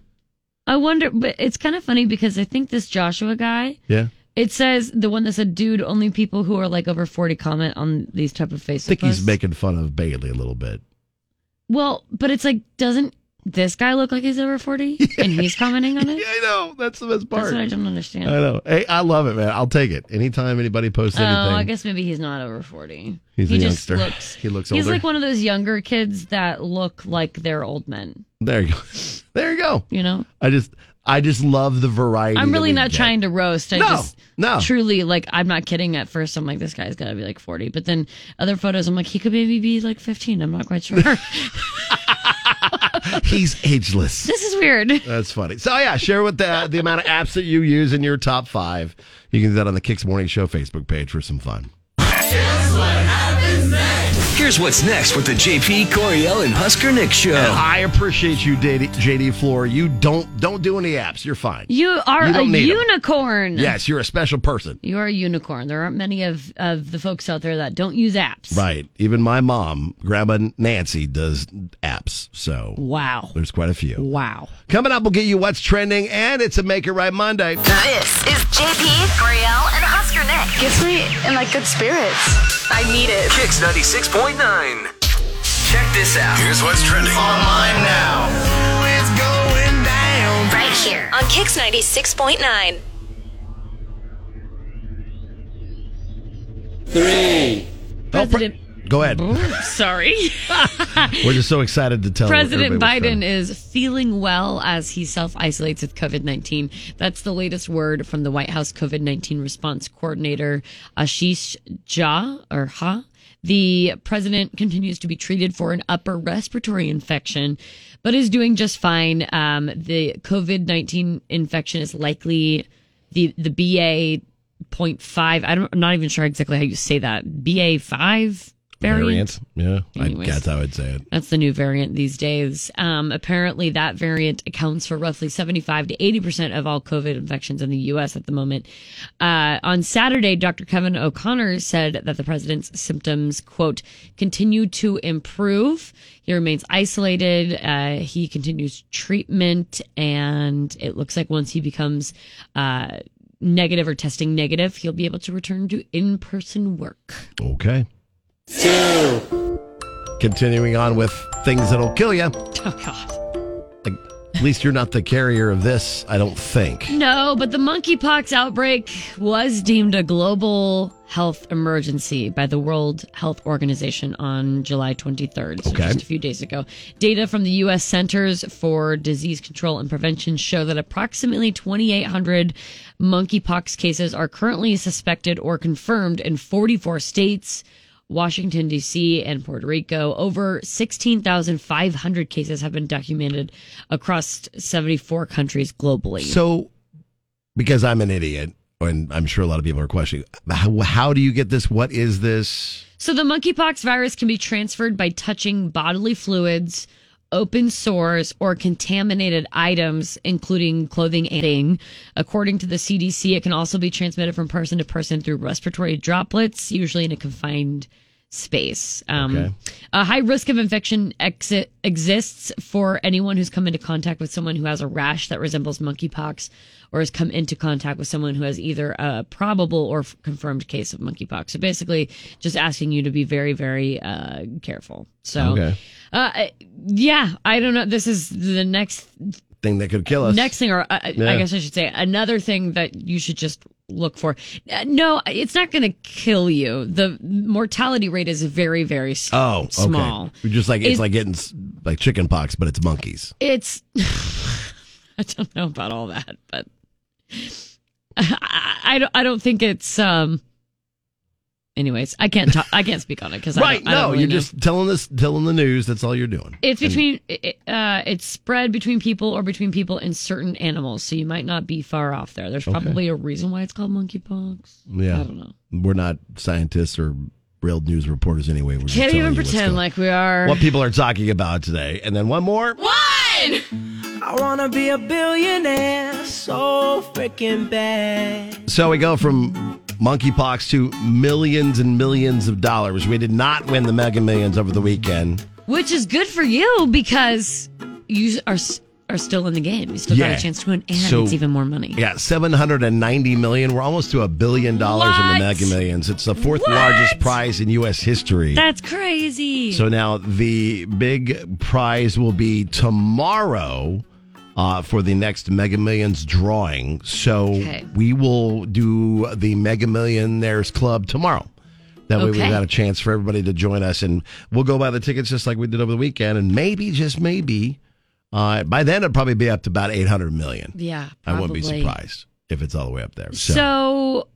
Speaker 15: I wonder, but it's kind of funny because I think this Joshua guy.
Speaker 7: Yeah.
Speaker 15: It says the one that said, "Dude, only people who are like over forty comment on these type of Facebook."
Speaker 7: I think
Speaker 15: posts."
Speaker 7: he's making fun of Bailey a little bit.
Speaker 15: Well, but it's like, doesn't this guy look like he's over 40 and he's commenting on it?
Speaker 7: I know. That's the
Speaker 15: That's
Speaker 7: best part.
Speaker 15: what I don't understand.
Speaker 7: I know. Hey, I love it, man. I'll take it. Anytime anybody posts
Speaker 15: Oh,
Speaker 7: anything,
Speaker 15: I guess maybe he's not over 40.
Speaker 7: he's
Speaker 15: he
Speaker 7: a
Speaker 15: just
Speaker 7: youngster.
Speaker 15: looks.
Speaker 7: he looks older.
Speaker 15: He's like one of those younger kids that look like they're old men.
Speaker 7: there you go. There you go.
Speaker 15: You know?
Speaker 7: I just, I just love the variety.
Speaker 15: I'm
Speaker 7: that
Speaker 15: really
Speaker 7: we
Speaker 15: not
Speaker 7: get.
Speaker 15: trying to roast. I
Speaker 7: No,
Speaker 15: just
Speaker 7: no.
Speaker 15: truly like I'm not kidding. At first, I'm like, this guy's got to be like 40. But then other photos, I'm like, he could maybe be like 15. I'm not quite sure.
Speaker 7: He's ageless.
Speaker 15: this is weird.
Speaker 7: That's funny. So yeah, share with the the amount of apps that you use in your top five. You can do that on the Kicks Morning Show Facebook page for some fun.
Speaker 1: Here's what's next with the JP Coriel and Husker Nick show.
Speaker 7: And I appreciate you, JD, JD Floor. You don't don't do any apps. You're fine.
Speaker 15: You are
Speaker 7: You
Speaker 15: a
Speaker 7: don't need 'em.
Speaker 15: unicorn.
Speaker 7: Yes, you're a special person.
Speaker 15: You are a unicorn. There aren't many of, of the folks out there that don't use apps.
Speaker 7: Right. Even my mom, Grandma Nancy, does apps. So
Speaker 15: wow,
Speaker 7: there's quite a few.
Speaker 15: Wow.
Speaker 7: Coming up, we'll get you what's trending, and it's a Make It Right Monday. Oh,
Speaker 3: This is JP, Coriel, and Husker Nick.
Speaker 6: Gets me in like good spirits. I need it.
Speaker 1: Kicks 96.9. Check this out.
Speaker 10: Here's what's trending online now.
Speaker 3: It's going down. Right here on Kix 96.9.
Speaker 7: Three.
Speaker 15: President
Speaker 7: Go ahead.
Speaker 15: Sorry.
Speaker 7: We're just so excited to tell
Speaker 15: President
Speaker 7: everybody
Speaker 15: Biden
Speaker 7: what's going on.
Speaker 15: is feeling well as he self isolates with COVID 19. That's the latest word from the White House COVID 19 response coordinator, Ashish Jha or Ha. The president continues to be treated for an upper respiratory infection, but is doing just fine. Um, the COVID 19 infection is likely the, the BA. 0.5 I don't, I'm not even sure exactly how you say that. BA5 variant.
Speaker 7: Yeah, I
Speaker 15: Anyways.
Speaker 7: guess I would say it.
Speaker 15: That's the new variant these days. Um, apparently, that variant accounts for roughly 75 to 80% of all COVID infections in the U.S. at the moment. Uh, on Saturday, Dr. Kevin O'Connor said that the president's symptoms, quote, continue to improve. He remains isolated. Uh, he continues treatment. And it looks like once he becomes uh, negative or testing negative, he'll be able to return to in person work.
Speaker 7: Okay. Continuing on with things that'll kill you.
Speaker 15: Oh, God.
Speaker 7: At least you're not the carrier of this, I don't think.
Speaker 15: No, but the monkeypox outbreak was deemed a global health emergency by the World Health Organization on July 23rd, so
Speaker 7: Okay.
Speaker 15: just a few days ago. Data from the U.S. Centers for Disease Control and Prevention show that approximately 2,800 monkeypox cases are currently suspected or confirmed in 44 states. Washington, D.C., and Puerto Rico. Over 16,500 cases have been documented across 74 countries globally.
Speaker 7: So, because I'm an idiot, and I'm sure a lot of people are questioning, how, how do you get this? What is this?
Speaker 15: So the monkeypox virus can be transferred by touching bodily fluids, open sores, or contaminated items, including clothing and bedding. According to the CDC, it can also be transmitted from person to person through respiratory droplets, usually in a confined space. Um,
Speaker 7: Okay.
Speaker 15: A high risk of infection exi- exists for anyone who's come into contact with someone who has a rash that resembles monkeypox or has come into contact with someone who has either a probable or f- confirmed case of monkeypox. So basically, just asking you to be very, very uh, careful. So,
Speaker 7: Okay.
Speaker 15: uh, I- yeah, I don't know. This is the next
Speaker 7: Thing that could kill us.
Speaker 15: Next thing, or uh, I- I,
Speaker 7: Yeah.
Speaker 15: I guess I should say, another thing that you should just look for. Uh, No, it's not going to kill you. The mortality rate is very, very s-
Speaker 7: Oh, okay.
Speaker 15: small.
Speaker 7: You're Just like it's,
Speaker 15: It-
Speaker 7: like getting s- like chicken pox, but it's monkeys.
Speaker 15: It's I don't know about all that, but I, I don't. I don't think it's. um Anyways, I can't talk. I can't speak on it because
Speaker 7: Right?
Speaker 15: I don't, I don't
Speaker 7: no,
Speaker 15: really
Speaker 7: you're
Speaker 15: know.
Speaker 7: just telling this, telling the news. That's all you're doing.
Speaker 15: It's
Speaker 7: And-
Speaker 15: between it, uh, it's spread between people or between people and certain animals, so you might not be far off there. There's
Speaker 7: Okay.
Speaker 15: probably a reason why it's called monkeypox.
Speaker 7: yeah.
Speaker 15: I don't know.
Speaker 7: We're not scientists or real news reporters anyway. We're just
Speaker 15: Can't
Speaker 7: telling
Speaker 15: even
Speaker 7: you what's
Speaker 15: pretend
Speaker 7: going-
Speaker 15: like we are.
Speaker 7: what people are talking about today, and then one more.
Speaker 14: I wanna be a billionaire so freaking bad.
Speaker 7: So we go from monkeypox to millions and millions of dollars. We did not win the Mega Millions over the weekend.
Speaker 15: Which is good for you because you are s- are still in the game. You still got a chance to win, and
Speaker 7: So-
Speaker 15: it's even more money.
Speaker 7: Yeah, 790 million. We're almost to a billion dollars in the Mega Millions. It's the fourth
Speaker 15: What?
Speaker 7: largest prize in U.S. history.
Speaker 15: That's crazy.
Speaker 7: so now the big prize will be tomorrow uh, for the next Mega Millions drawing. So
Speaker 15: Okay.
Speaker 7: we will do the Mega Millionaires Club tomorrow. That way we've
Speaker 15: Okay.
Speaker 7: got a chance for everybody to join us, and we'll go buy the tickets just like we did over the weekend, and maybe just maybe uh, by then it'll probably be up to about eight hundred million.
Speaker 15: yeah,
Speaker 7: I wouldn't be
Speaker 15: probably.
Speaker 7: surprised if it's all the way up there. So,
Speaker 15: So,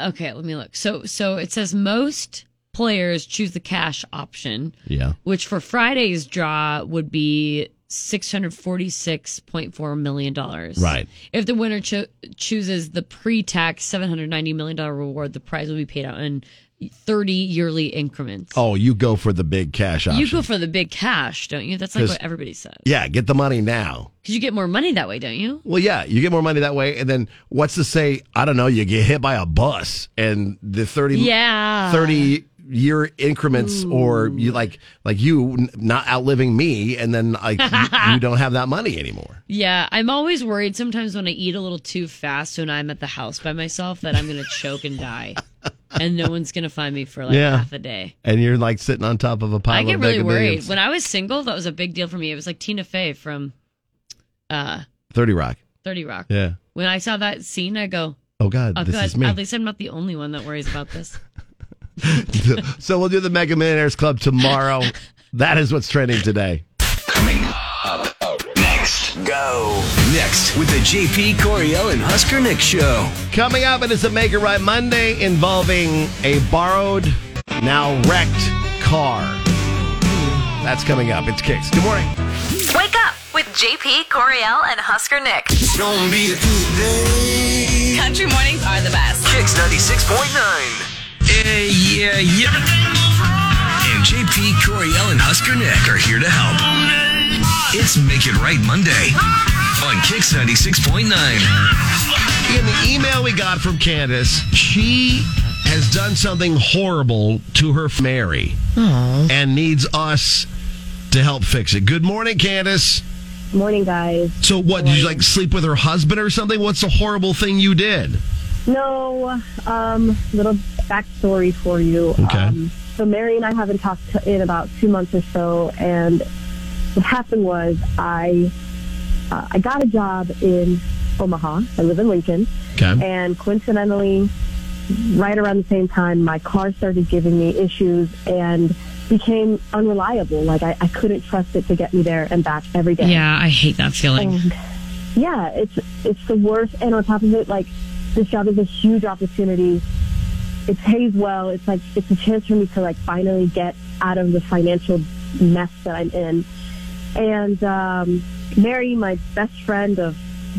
Speaker 15: okay, let me look. So, so it says most players choose the cash option,
Speaker 7: yeah,
Speaker 15: which for Friday's draw would be six hundred forty-six point four million dollars.
Speaker 7: Right.
Speaker 15: If the winner cho- chooses the pre-tax seven hundred ninety million dollar reward, the prize will be paid out in thirty yearly increments.
Speaker 7: oh, you go for the big cash option.
Speaker 15: You go for the big cash, don't you? That's like
Speaker 7: 'Cause-
Speaker 15: what everybody says.
Speaker 7: yeah, get the money now.
Speaker 15: Because you get more money that way, don't you?
Speaker 7: Well, yeah, you get more money that way, and then what's to say? I don't know. You get hit by a bus, and the thirty
Speaker 15: Yeah.
Speaker 7: thirty year increments, or you like like you n- not outliving me, and then like you, you don't have that money anymore.
Speaker 15: Yeah, I'm always worried sometimes when I eat a little too fast when I'm at the house by myself that I'm going to choke and die. And no one's going to find me for like
Speaker 7: Yeah.
Speaker 15: half a day.
Speaker 7: And you're like sitting on top of a pile.
Speaker 15: I get
Speaker 7: of
Speaker 15: really
Speaker 7: Mega
Speaker 15: worried.
Speaker 7: Millions.
Speaker 15: When I was single, that was a big deal for me. It was like Tina Fey from uh,
Speaker 7: Thirty Rock.
Speaker 15: 30 Rock.
Speaker 7: Yeah.
Speaker 15: When I saw that scene, I go,
Speaker 7: Oh God,
Speaker 15: oh,
Speaker 7: this
Speaker 15: good.
Speaker 7: is me.
Speaker 15: At least I'm not the only one that worries about this.
Speaker 7: so we'll do the Mega Millionaires Club tomorrow. That is what's trending today.
Speaker 1: Coming up next. Go. Next with the JP Coriel and Husker Nick show.
Speaker 7: Coming up, it is a Make It Right Monday involving a borrowed, now wrecked car. That's coming up. It's Kicks. Good morning.
Speaker 3: Wake up with JP, Coriel, and Husker Nick.
Speaker 1: Don't be today.
Speaker 3: Country mornings are the best.
Speaker 1: Kicks 96.9. Eh, yeah, yeah. And JP Coriel and Husker Nick are here to help. It's Make It Right Monday on Kicks 96.9.
Speaker 7: In the email we got from Candace, she has done something horrible to her Mary and needs us to help fix it. Good morning, Candace.
Speaker 17: Morning, guys.
Speaker 7: So, what? Did you like sleep with her husband or something? What's the horrible thing you did?
Speaker 17: No, um, little backstory for you.
Speaker 7: Okay.
Speaker 17: Um, so Mary and I haven't talked to, in about two months or so, and what happened was I uh, I got a job in Omaha. I live in Lincoln,
Speaker 7: Okay.
Speaker 17: and coincidentally, right around the same time, my car started giving me issues and became unreliable. Like I, I couldn't trust it to get me there and back every day.
Speaker 15: Yeah, I hate that feeling.
Speaker 17: And, yeah, it's it's the worst. And on top of it, like this job is a huge opportunity. It pays well. It's like it's a chance for me to like finally get out of the financial mess that I'm in. And um, Mary, my best friend of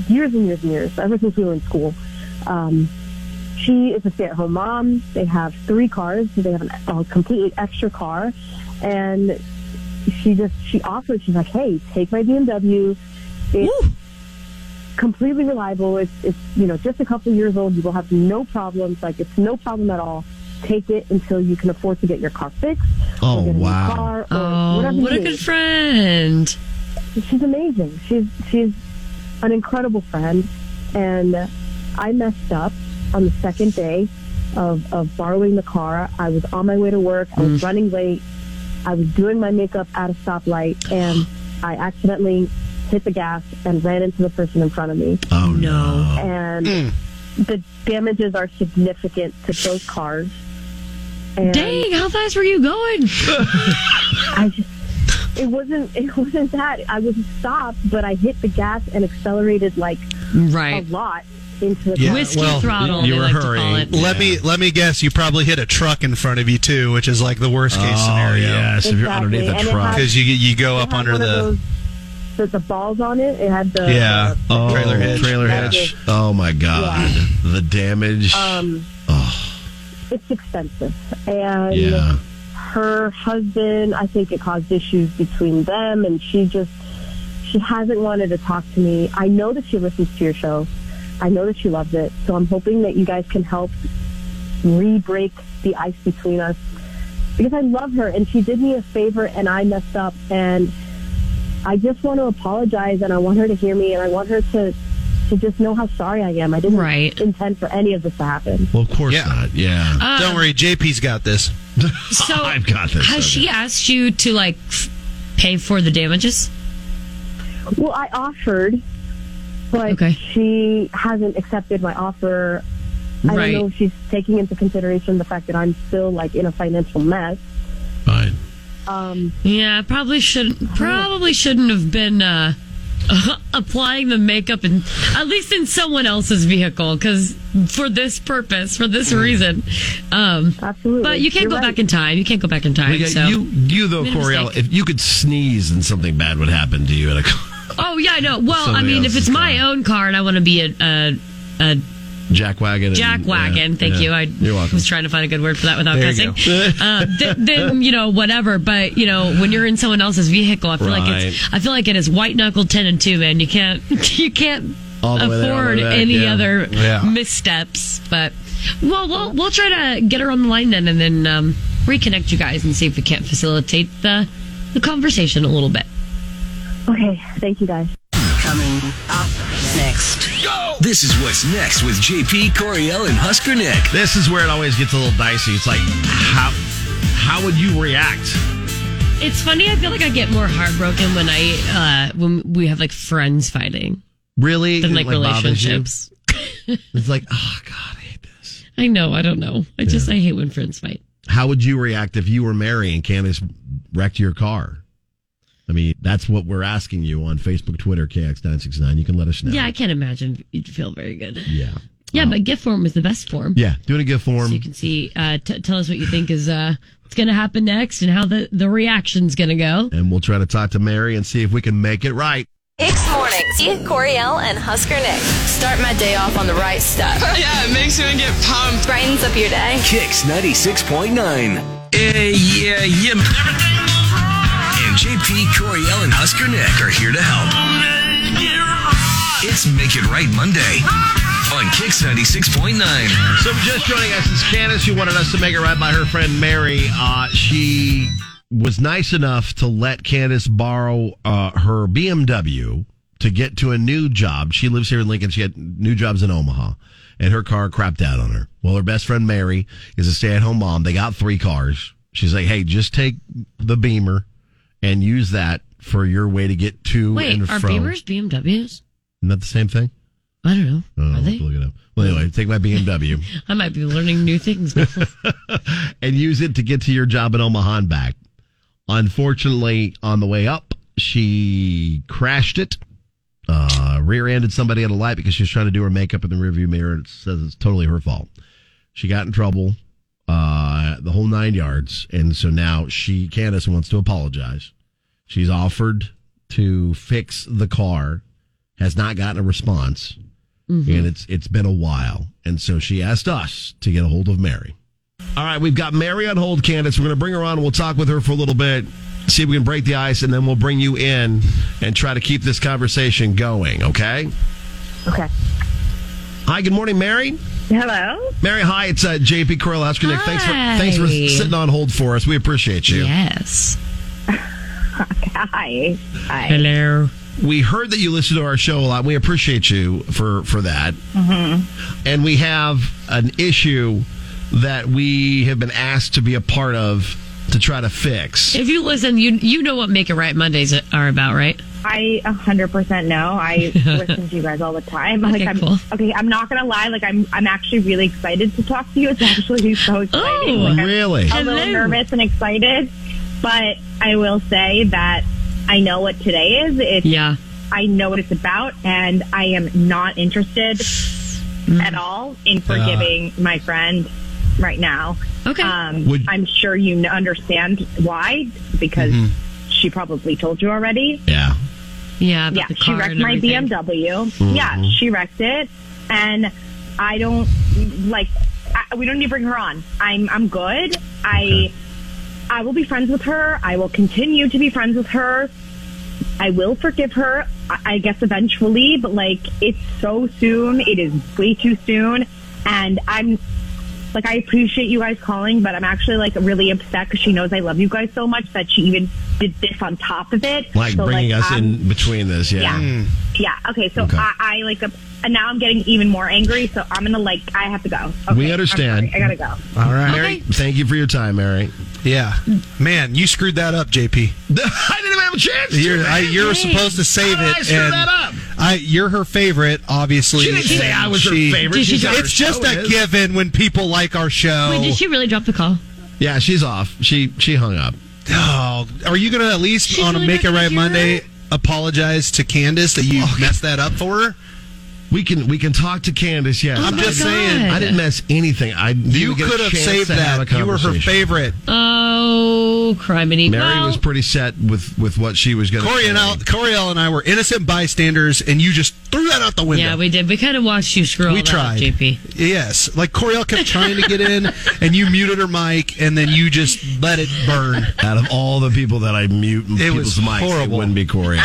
Speaker 17: years and years and years, ever since we were in school, um, she is a stay-at-home mom. They have three cars. They have an, a completely extra car, and she just she offered. She's like, "Hey, take my BMW. It's completely reliable. It's it's you know just a couple years old. You will have no problems. Like it's no problem at all. Take it until you can afford to get your car fixed.
Speaker 7: Oh
Speaker 17: get a new
Speaker 7: wow.
Speaker 17: car or
Speaker 15: Oh,
Speaker 17: whatever
Speaker 15: what
Speaker 17: you
Speaker 15: a
Speaker 17: need.
Speaker 15: good friend.
Speaker 17: She's amazing. She's she's an incredible friend, and I messed up on the second day of of borrowing the car. I was on my way to work. I was
Speaker 15: Mm.
Speaker 17: running late. I was doing my makeup at a stoplight, and I accidentally hit the gas and ran into the person in front of me.
Speaker 7: Oh
Speaker 15: no!
Speaker 17: And
Speaker 15: Mm.
Speaker 17: the damages are significant to both cars. And
Speaker 15: Dang, how fast were you going?
Speaker 17: I just it wasn't it wasn't that I was stopped, but I hit the gas and accelerated like
Speaker 15: right.
Speaker 17: a
Speaker 7: Oh,
Speaker 17: lot into the
Speaker 18: Yeah,
Speaker 17: car.
Speaker 18: well,
Speaker 7: you were hurrying.
Speaker 18: Let me let me guess. You probably hit a truck in front of you too, which is like the worst case
Speaker 7: Oh,
Speaker 18: scenario.
Speaker 7: yes, if you're Exactly, underneath a and it truck. has-
Speaker 18: because you you go up under
Speaker 17: One of
Speaker 18: the
Speaker 17: those with the balls on it. It had the
Speaker 18: Yeah.
Speaker 7: Oh,
Speaker 18: Trailer hitch.
Speaker 7: Trailer
Speaker 17: That
Speaker 7: hitch. Oh my God, the damage.
Speaker 17: um it's expensive. And
Speaker 7: yeah.
Speaker 17: her husband, I think it caused issues between them, and she just she hasn't wanted to talk to me. I know that she listens to your show. I know that she loves it. So I'm hoping that you guys can help re-break the ice between us because I love her, and she did me a favor, and I messed up, and I just want to apologize, and I want her to hear me, and I want her to. To just know how sorry I am. I didn't intend for any of this to happen.
Speaker 7: Well, of course not. Yeah.
Speaker 15: Um,
Speaker 18: Don't worry, JP's got this.
Speaker 15: So
Speaker 7: I've got this.
Speaker 15: Has she asked you to like f- pay for the damages?
Speaker 17: Well, I offered, but she hasn't accepted my offer. I
Speaker 15: Right.
Speaker 17: don't know if she's taking into consideration the fact that I'm still like in a financial mess.
Speaker 7: Fine.
Speaker 17: Um,
Speaker 15: Yeah, probably shouldn't. Probably shouldn't have been uh, applying the makeup and at least in someone else's vehicle because for this purpose, for this
Speaker 7: Mm.
Speaker 15: reason. Um,
Speaker 17: Absolutely.
Speaker 15: But you can't
Speaker 17: You're
Speaker 15: go
Speaker 17: right.
Speaker 15: back in time. You can't go back in time.
Speaker 7: Well, yeah,
Speaker 15: so.
Speaker 7: You, you though,
Speaker 15: Made a
Speaker 7: Coriel, if you could sneeze and something bad would happen to you in a
Speaker 15: Oh yeah, no. Well, I
Speaker 7: Somebody
Speaker 15: mean, if
Speaker 7: else's
Speaker 15: it's my own car and I want to be a a, a
Speaker 7: jack wagon.
Speaker 15: jack
Speaker 7: and,
Speaker 15: wagon,
Speaker 7: yeah,
Speaker 15: thank
Speaker 7: yeah.
Speaker 15: you. I
Speaker 7: You're welcome.
Speaker 15: was trying to find a good word for that without
Speaker 7: There you
Speaker 15: cussing. uh, th- then you know whatever, but you know when you're in someone else's vehicle, I feel like
Speaker 7: Right.
Speaker 15: it's I feel like it is white knuckle ten and two, man. You can't you can't
Speaker 7: All the way there, all the
Speaker 15: afford
Speaker 7: way back,
Speaker 15: any
Speaker 7: yeah.
Speaker 15: other
Speaker 7: Yeah.
Speaker 15: missteps. But well, we'll we'll try to get her on the line then, and then um, reconnect you guys and see if we can't facilitate the the conversation a little bit.
Speaker 17: Okay, thank you guys.
Speaker 1: Coming up next. This is what's next with JP Coriel and Husker Nick.
Speaker 7: This is where it always gets a little dicey. It's like, how how would you react?
Speaker 15: It's funny. I feel like I get more heartbroken when I uh, when we have like friends fighting
Speaker 7: Really?
Speaker 15: than like,
Speaker 7: It, bothers you?
Speaker 15: relationships.
Speaker 7: It's like, "Ah,
Speaker 15: I know. I don't know. I just I hate when friends fight.
Speaker 7: How would you react if you were Mary and Candace wrecked your car? I mean, that's what we're asking you on Facebook, Twitter, KX969. You can let us know.
Speaker 15: Yeah, I can't imagine you'd feel very good.
Speaker 7: Yeah.
Speaker 15: Yeah, but gift form is the best form.
Speaker 7: Yeah, do it in a gift form.
Speaker 15: So you can see, uh, t- tell us what you think is uh, what's going to happen next and how the, the reaction's going to go.
Speaker 7: and we'll try to talk to Mary and see if we can make it right.
Speaker 3: Hicks Mornings. See Coriel and Husker Nick. Start my day off on the right stuff. yeah, it makes me get pumped. Brightens up your day.
Speaker 1: Kicks 96.9. Eh, yeah, yeah. And JP, Coriel, and Husker Nick are here to help. It's Make It Right Monday on Kicks 96.9.
Speaker 7: So just joining us is Candace, who wanted us to make it right by her friend Mary. Uh, she was nice enough to let Candace borrow uh, her BMW to get to a new job. She lives here in Lincoln. She had new jobs in Omaha, and her car crapped out on her. Well, her best friend Mary is a stay-at-home mom. They got three cars. She's like, "Hey, just take the Beamer and use that for your way to get to
Speaker 15: Wait,
Speaker 7: and
Speaker 15: are
Speaker 7: from."
Speaker 15: Beamers BMWs?
Speaker 7: Isn't that the same thing?
Speaker 15: I don't know.
Speaker 7: I don't know.
Speaker 15: Are
Speaker 7: We'll
Speaker 15: they?
Speaker 7: have to Look it up. Well, anyway, take my BMW.
Speaker 15: I might be learning new things.
Speaker 7: and use it to get to your job in Omaha and back. Unfortunately, on the way up, she crashed it, uh, rear ended somebody at a light because she was trying to do her makeup in the rearview mirror. It says it's totally her fault. She got in trouble, uh, the whole nine yards. And so now she, Candace, wants to apologize. She's offered to fix the car, has not gotten a response.
Speaker 16: Mhm.
Speaker 7: And it's it's been a while. And so she asked us to get a hold of Mary. All right, we've got Mary on hold, Candace. We're going to bring her on. We'll talk with her for a little bit, see if we can break the ice, and then we'll bring you in and try to keep this conversation going, okay?
Speaker 19: Okay.
Speaker 7: Hi, good morning, Mary.
Speaker 19: Hello.
Speaker 7: Mary, hi. It's uh, JP Corral Asker Nick. Thanks for, thanks for
Speaker 19: Hi.
Speaker 7: sitting on hold for us. We appreciate you.
Speaker 15: Yes.
Speaker 19: Hi. Hi.
Speaker 15: Hello.
Speaker 7: We heard that you listen to our show a lot. We appreciate you for, for that.
Speaker 19: Mm-hmm.
Speaker 7: and we have an issue that we have been asked to be a part of to try to fix.
Speaker 15: If you listen, you you know what Make It Right Mondays are about, right?
Speaker 19: I 100% know. I listen to you guys all the time.
Speaker 15: Okay,
Speaker 19: like I'm,
Speaker 15: cool.
Speaker 19: okay, I'm not gonna lie. Like I'm, I'm actually really excited to talk to you. It's actually
Speaker 15: Oh,
Speaker 19: so exciting. like, I'm
Speaker 7: really?
Speaker 19: A little nervous and excited, but I will say that I know what today is. It's
Speaker 15: Yeah.
Speaker 19: I know what it's about, and I am not interested at all in forgiving my friend right now.
Speaker 15: Okay.
Speaker 17: Uh,
Speaker 19: Um,
Speaker 7: Would-
Speaker 19: I'm sure you kn- understand why, because
Speaker 7: Mhm.
Speaker 19: she probably told you already.
Speaker 7: Yeah.
Speaker 15: Yeah.
Speaker 19: yeah, she wrecked my BMW.
Speaker 7: Mhm.
Speaker 19: Yeah, she wrecked it, and I don't like. I, we don't need to bring her on. I'm I'm good. I I will be friends with her. I will continue to be friends with her. I will forgive her. I, I guess eventually, but like it's so soon. It is way too soon, and I'm. Like I appreciate you guys calling, but I'm actually like really upset because she knows I love you guys so much that she even did this on top of it.
Speaker 7: Like
Speaker 19: So,
Speaker 7: bringing us
Speaker 19: I'm
Speaker 7: in between this, yeah.
Speaker 19: yeah. Yeah. Okay. So
Speaker 7: Okay.
Speaker 19: I, I like, uh, and now I'm getting even more angry. So I'm gonna like, I have to go. Okay,
Speaker 7: We
Speaker 19: I'm
Speaker 7: understand.
Speaker 19: sorry, I gotta go.
Speaker 7: All right. Mary, thank you for your time, Mary.
Speaker 18: Yeah, man, you screwed that up, JP.
Speaker 7: I didn't even have a chance. to,
Speaker 18: You're, I,
Speaker 7: man.
Speaker 18: you're supposed to save
Speaker 7: How did
Speaker 18: it.
Speaker 7: I screw
Speaker 18: and
Speaker 7: that up?
Speaker 18: I, you're her favorite, obviously.
Speaker 7: She didn't say
Speaker 18: and
Speaker 7: I was her favorite. Did she
Speaker 18: It's
Speaker 7: just-
Speaker 18: just
Speaker 7: Oh, it
Speaker 18: a
Speaker 7: is.
Speaker 18: given when people like our show.
Speaker 15: Wait, did she really drop the call?
Speaker 7: Yeah, she's off. She she hung up.
Speaker 18: Oh, are you going to at least on a
Speaker 15: really
Speaker 18: Make It
Speaker 15: not gonna
Speaker 18: Right
Speaker 15: hear
Speaker 18: Monday apologize to Candace that
Speaker 14: Oh,
Speaker 18: you messed that up for her?
Speaker 7: We can we can talk to Candace. Yes,
Speaker 18: Oh
Speaker 7: I
Speaker 18: my
Speaker 7: didn't-
Speaker 18: God.
Speaker 7: I didn't mess anything. I didn't
Speaker 18: You
Speaker 7: even get a
Speaker 18: could have
Speaker 7: chance
Speaker 18: saved
Speaker 7: to have
Speaker 18: that.
Speaker 7: a
Speaker 18: You were her
Speaker 7: conversation.
Speaker 18: favorite.
Speaker 15: Oh, criminy.
Speaker 7: Mary
Speaker 15: Well,
Speaker 7: was pretty set with with what she was going to.
Speaker 18: Corey and I, Coriel and I were innocent bystanders, and you just threw that out the window.
Speaker 15: Yeah, we did. We kind of watched you scroll.
Speaker 18: we tried.
Speaker 15: JP.
Speaker 18: Yes, like Coriel kept trying to get in, and you muted her mic, and then you just let it burn.
Speaker 7: Out of all the people that I mute in
Speaker 18: It was
Speaker 7: people's mics, it
Speaker 18: horrible.
Speaker 7: wouldn't be Corey.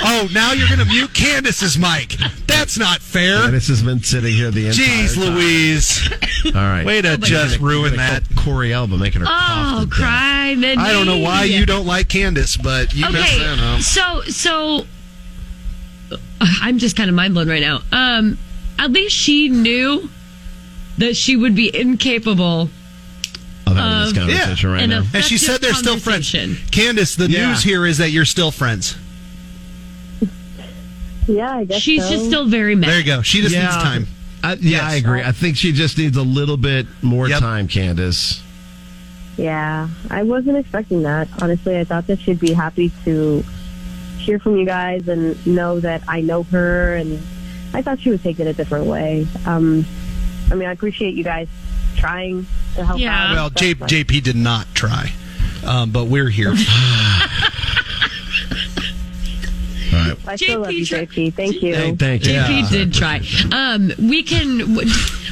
Speaker 18: Oh, now you're going to mute Candace's mic. That's not fair.
Speaker 7: Candace has been sitting here the entire
Speaker 18: Jeez
Speaker 7: time.
Speaker 18: Louise.
Speaker 7: All right.
Speaker 18: Way to just ruin that.
Speaker 7: Corey Elba making her cough.
Speaker 15: Oh,
Speaker 7: to death.
Speaker 15: criminy.
Speaker 18: I don't know why you don't like Candace, but you messed that
Speaker 15: Okay,
Speaker 18: up.
Speaker 15: so so I'm just kind of mind blown right now. Um, at least she knew that she would be incapable.
Speaker 7: I'm having this
Speaker 15: Um,
Speaker 7: conversation
Speaker 15: yeah.
Speaker 7: right
Speaker 15: And
Speaker 7: now.
Speaker 15: a-
Speaker 18: And she
Speaker 15: Effective
Speaker 18: said they're still friends. Candace, the
Speaker 7: Yeah.
Speaker 18: news here is that you're still friends.
Speaker 19: Yeah, I guess
Speaker 15: She's
Speaker 19: so.
Speaker 15: just still very mad.
Speaker 18: There you go. She just needs time.
Speaker 7: I, yeah, I agree. I think she just needs a little bit more time, Candace.
Speaker 17: Yeah, I wasn't expecting that. Honestly, I thought that she'd be happy to hear from you guys and know that I know her, and I thought she would take it a different way. Um, I mean, I appreciate you guys trying to help out.
Speaker 18: Well, J- JP did not try, um, but we're here.
Speaker 7: All right.
Speaker 17: I still love you, JP. Thank you.
Speaker 7: Hey, thank you.
Speaker 15: JP
Speaker 7: Yeah.
Speaker 15: did try. Um, we can. w-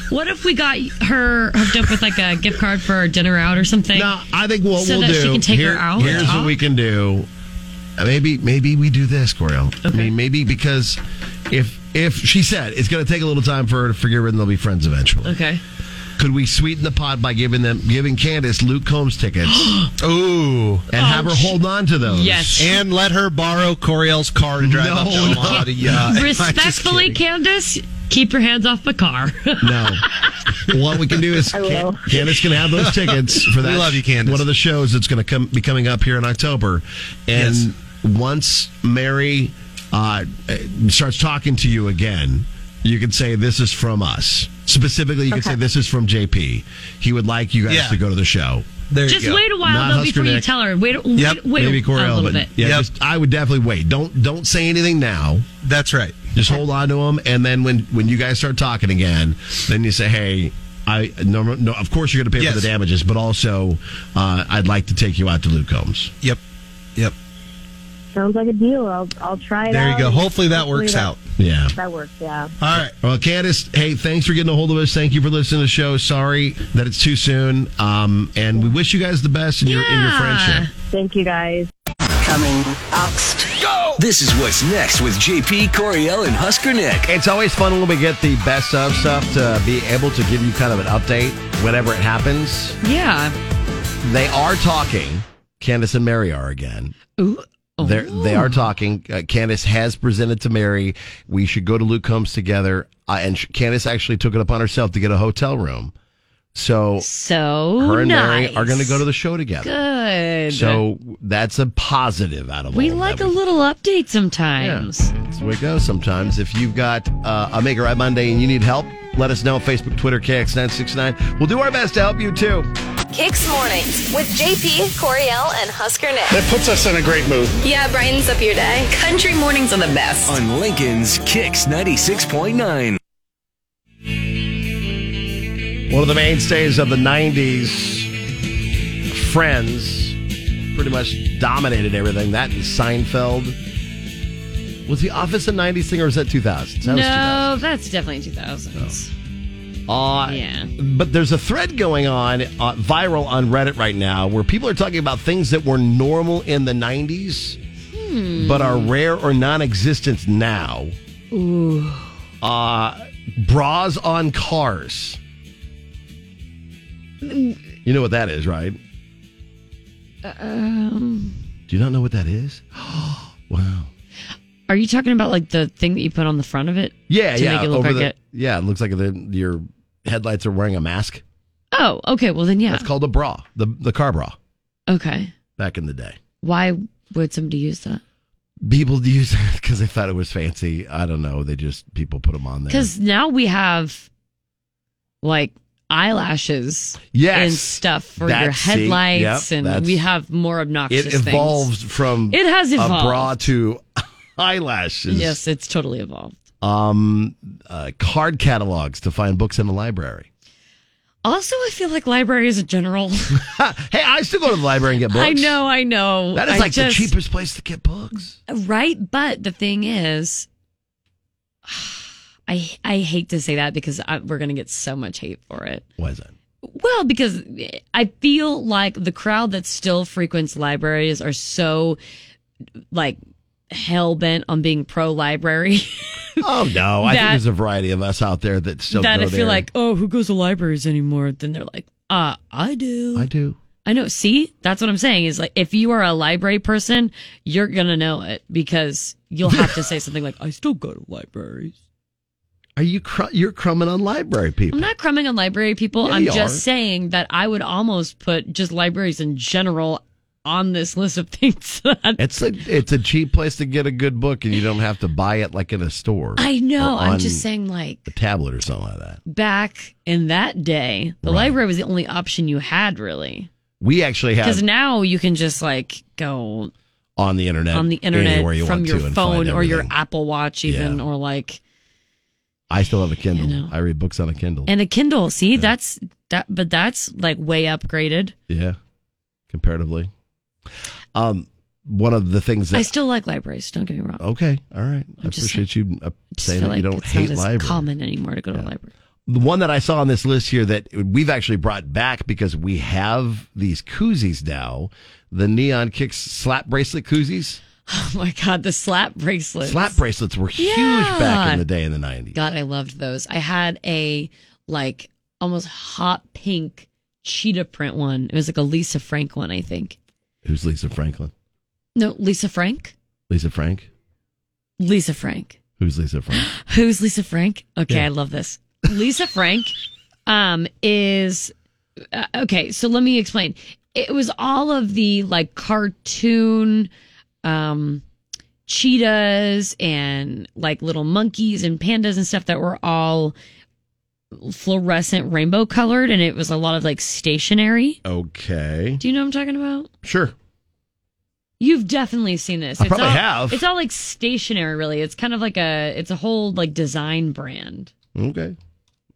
Speaker 15: What if we got her hooked up with like a gift card for dinner out or something?
Speaker 7: No, I think what
Speaker 15: so
Speaker 7: we'll
Speaker 15: that
Speaker 7: do.
Speaker 15: she can take
Speaker 7: here-
Speaker 15: her out.
Speaker 7: Here's what we can do. Uh, Maybe maybe we do this, Coriel. I mean, maybe because if if she said it's going to take a little time for her to forgive her and they'll be friends eventually.
Speaker 4: Okay.
Speaker 7: Could we sweeten the pot by giving them giving Candace Luke Combs tickets? Ooh, and have
Speaker 15: Oh,
Speaker 7: her hold on to those.
Speaker 18: And let her borrow Coriel's car to drive
Speaker 7: No,
Speaker 18: up to
Speaker 7: no.
Speaker 18: Omaha to, uh, yeah.
Speaker 15: Respectfully, Candace, keep your hands off the car.
Speaker 7: No. what we can do is Can- Candace can have those tickets for that.
Speaker 18: We love you, Candace.
Speaker 7: One of the shows that's going to come be coming up here in October, and
Speaker 18: Yes.
Speaker 7: once Mary uh, starts talking to you again, you can say this is from us. Specifically, you can say this is from JP. He would like you guys
Speaker 18: Yeah.
Speaker 7: to go to the show.
Speaker 18: There
Speaker 15: Just wait a while though before you tell her. Wait, wait, wait
Speaker 7: Maybe
Speaker 15: a, a
Speaker 7: Coriel,
Speaker 15: little
Speaker 7: but
Speaker 15: bit.
Speaker 7: yeah, just- I would definitely wait. Don't don't say anything now.
Speaker 18: That's right.
Speaker 7: Just hold on to them, and then when when you guys start talking again, then you say, "Hey, I no, no of course you're going to pay for
Speaker 18: Yes.
Speaker 7: the damages, but also uh, I'd like to take you out to Luke Combs."
Speaker 18: Yep. Yep.
Speaker 17: Sounds like a deal. I'll I'll try it
Speaker 18: There you
Speaker 17: out
Speaker 18: go.
Speaker 17: and
Speaker 18: Hopefully that works out.
Speaker 7: Yeah.
Speaker 17: That works. Yeah.
Speaker 18: All right.
Speaker 7: Well, Candace, hey, thanks for getting a hold of us. Thank you for listening to the show. Sorry that it's too soon, um, and we wish you guys the best in your in your friendship.
Speaker 17: Thank you guys.
Speaker 1: Coming up. Go! This is what's next with JP Coriel and Husker Nick.
Speaker 7: It's always fun when we get the best of stuff to be able to give you kind of an update whenever it happens.
Speaker 15: Yeah.
Speaker 7: They are talking. Candace and Mary are again.
Speaker 15: Ooh. Oh.
Speaker 7: They're, they are talking. Uh, Candace has presented to Mary. We should go to Luke Combs together. Uh, and sh- Candace actually took it upon herself to get a hotel room. So,
Speaker 15: So
Speaker 7: her and Mary
Speaker 15: nice.
Speaker 7: are going to go to the show together.
Speaker 15: Good.
Speaker 7: So that's a positive out of
Speaker 15: we
Speaker 7: all
Speaker 15: like a little update sometimes.
Speaker 7: that. That's the way it goes sometimes. If you've got uh, a Make It Right Monday and you need help, let us know. Facebook, Twitter, KX969. We'll do our best to help you too.
Speaker 3: Kicks Mornings with JP, Coriel, and Husker Nick.
Speaker 7: puts us in a great mood.
Speaker 3: Yeah, brightens up your day. Country mornings are the best.
Speaker 1: On Lincoln's Kicks 96.9.
Speaker 7: One of the mainstays of the 90s, Friends, pretty much dominated everything. That and Seinfeld. Was The Office a 90s thing or was that 2000s? That was 2000s.
Speaker 15: no, that's definitely 2000s.
Speaker 7: Uh,
Speaker 15: Yeah.
Speaker 7: But there's a thread going on uh, viral on Reddit right now where people are talking about things that were normal in the 90s but are rare or non existent now.
Speaker 15: Ooh.
Speaker 7: Uh, bras on cars. You know what that is, right?
Speaker 15: Um,
Speaker 7: Do you not know what that is? wow.
Speaker 15: are you talking about like the thing that you put on the front of it?
Speaker 7: Yeah,
Speaker 15: to
Speaker 7: yeah.
Speaker 15: Make it look
Speaker 7: over
Speaker 15: like
Speaker 7: the-
Speaker 15: it.
Speaker 7: Yeah, it looks like the, your headlights are wearing a mask.
Speaker 15: Oh, okay. Well then, yeah.
Speaker 7: That's called a bra, the the car bra
Speaker 15: Okay.
Speaker 7: back in the day.
Speaker 15: Why would somebody use that?
Speaker 7: People use it because they thought it was fancy. I don't know. They just people put them on there.
Speaker 15: Because now we have like eyelashes
Speaker 7: Yes.
Speaker 15: and stuff for your
Speaker 7: That's- see, yep,
Speaker 15: headlights, and
Speaker 7: that's-
Speaker 15: we have more obnoxious
Speaker 7: it evolved
Speaker 15: things.
Speaker 7: from
Speaker 15: It has
Speaker 7: a bra
Speaker 15: evolved.
Speaker 7: to eyelashes.
Speaker 15: Yes, it's totally evolved.
Speaker 7: Um, uh, card catalogs to find books in the library.
Speaker 15: Also, I feel like libraries in general.
Speaker 7: Hey, I still go to the library and get books.
Speaker 15: I know, I know.
Speaker 7: That is
Speaker 15: I
Speaker 7: like
Speaker 15: just-
Speaker 7: the cheapest place to get books.
Speaker 15: Right, but the thing is, I I hate to say that because I, we're gonna get so much hate for it.
Speaker 7: Why is that?
Speaker 15: Well, because I feel like the crowd that still frequents libraries are so like hell bent on being pro library
Speaker 7: Oh no! I think
Speaker 15: That-
Speaker 7: there's a variety of us out there that still
Speaker 15: that
Speaker 7: go
Speaker 15: if
Speaker 7: there.
Speaker 15: you're like, oh, who goes to libraries anymore? Then they're like, uh, I do.
Speaker 7: I do.
Speaker 15: I know. See, that's what I'm saying is like, if you are a library person, you're going to know it because you'll have to say something like, I still go to libraries.
Speaker 7: Are you cr- you're crumbing on library people?
Speaker 15: I'm not crumbing on library people.
Speaker 7: Yeah,
Speaker 15: I'm
Speaker 7: you
Speaker 15: just
Speaker 7: are.
Speaker 15: saying that I would almost put just libraries in general on this list of things that
Speaker 7: It's a it's a cheap place to get a good book, and you don't have to buy it like in a store.
Speaker 15: I know.
Speaker 7: or
Speaker 15: I'm
Speaker 7: on
Speaker 15: just saying, like,
Speaker 7: a tablet or something like that.
Speaker 15: back in that day, the
Speaker 7: Right.
Speaker 15: library was the only option you had, really.
Speaker 7: We actually
Speaker 15: Because
Speaker 7: have
Speaker 15: now you can just like go
Speaker 7: on the internet,
Speaker 15: on the internet
Speaker 7: anywhere you
Speaker 15: from
Speaker 7: want
Speaker 15: your
Speaker 7: to and
Speaker 15: phone
Speaker 7: find
Speaker 15: or your
Speaker 7: everything.
Speaker 15: Apple Watch, even
Speaker 7: Yeah.
Speaker 15: or like
Speaker 7: I still have a Kindle. I read books on a Kindle.
Speaker 15: and a Kindle. See, that's that, but that's like way upgraded.
Speaker 7: yeah, comparatively. Um, one of the things that
Speaker 15: I still like libraries. Don't get me wrong.
Speaker 7: Okay, all right. I
Speaker 15: just
Speaker 7: appreciate you uh,
Speaker 15: Just
Speaker 7: Oh,
Speaker 15: feel
Speaker 7: saying that
Speaker 15: like
Speaker 7: you don't
Speaker 15: it's
Speaker 7: hate
Speaker 15: not as
Speaker 7: library.
Speaker 15: common anymore to go to a library.
Speaker 7: The one that I saw on this list here that we've actually brought back because we have these koozies now, the neon kicks slap bracelet koozies.
Speaker 15: Oh my god, the slap bracelets.
Speaker 7: Slap bracelets were huge back in the day in the nineties.
Speaker 15: God, I loved those. I had a like almost hot pink cheetah print one. It was like a Lisa Frank one, I think.
Speaker 7: Who's Lisa Franklin?
Speaker 15: No, Lisa Frank.
Speaker 7: Lisa Frank?
Speaker 15: Lisa Frank.
Speaker 7: Who's Lisa Frank?
Speaker 15: Who's Lisa Frank? Okay,
Speaker 7: Yeah.
Speaker 15: I love this. Lisa Frank um is uh, okay, so let me explain. It was all of the like cartoon um cheetahs and like little monkeys and pandas and stuff that were all fluorescent rainbow colored and it was a lot of like stationery.
Speaker 7: Okay.
Speaker 15: Do you know what I'm talking about?
Speaker 7: Sure.
Speaker 15: You've definitely seen this.
Speaker 7: I probably
Speaker 15: all,
Speaker 7: have.
Speaker 15: It's all like stationary, really. It's kind of like a it's a whole like design brand
Speaker 7: Okay.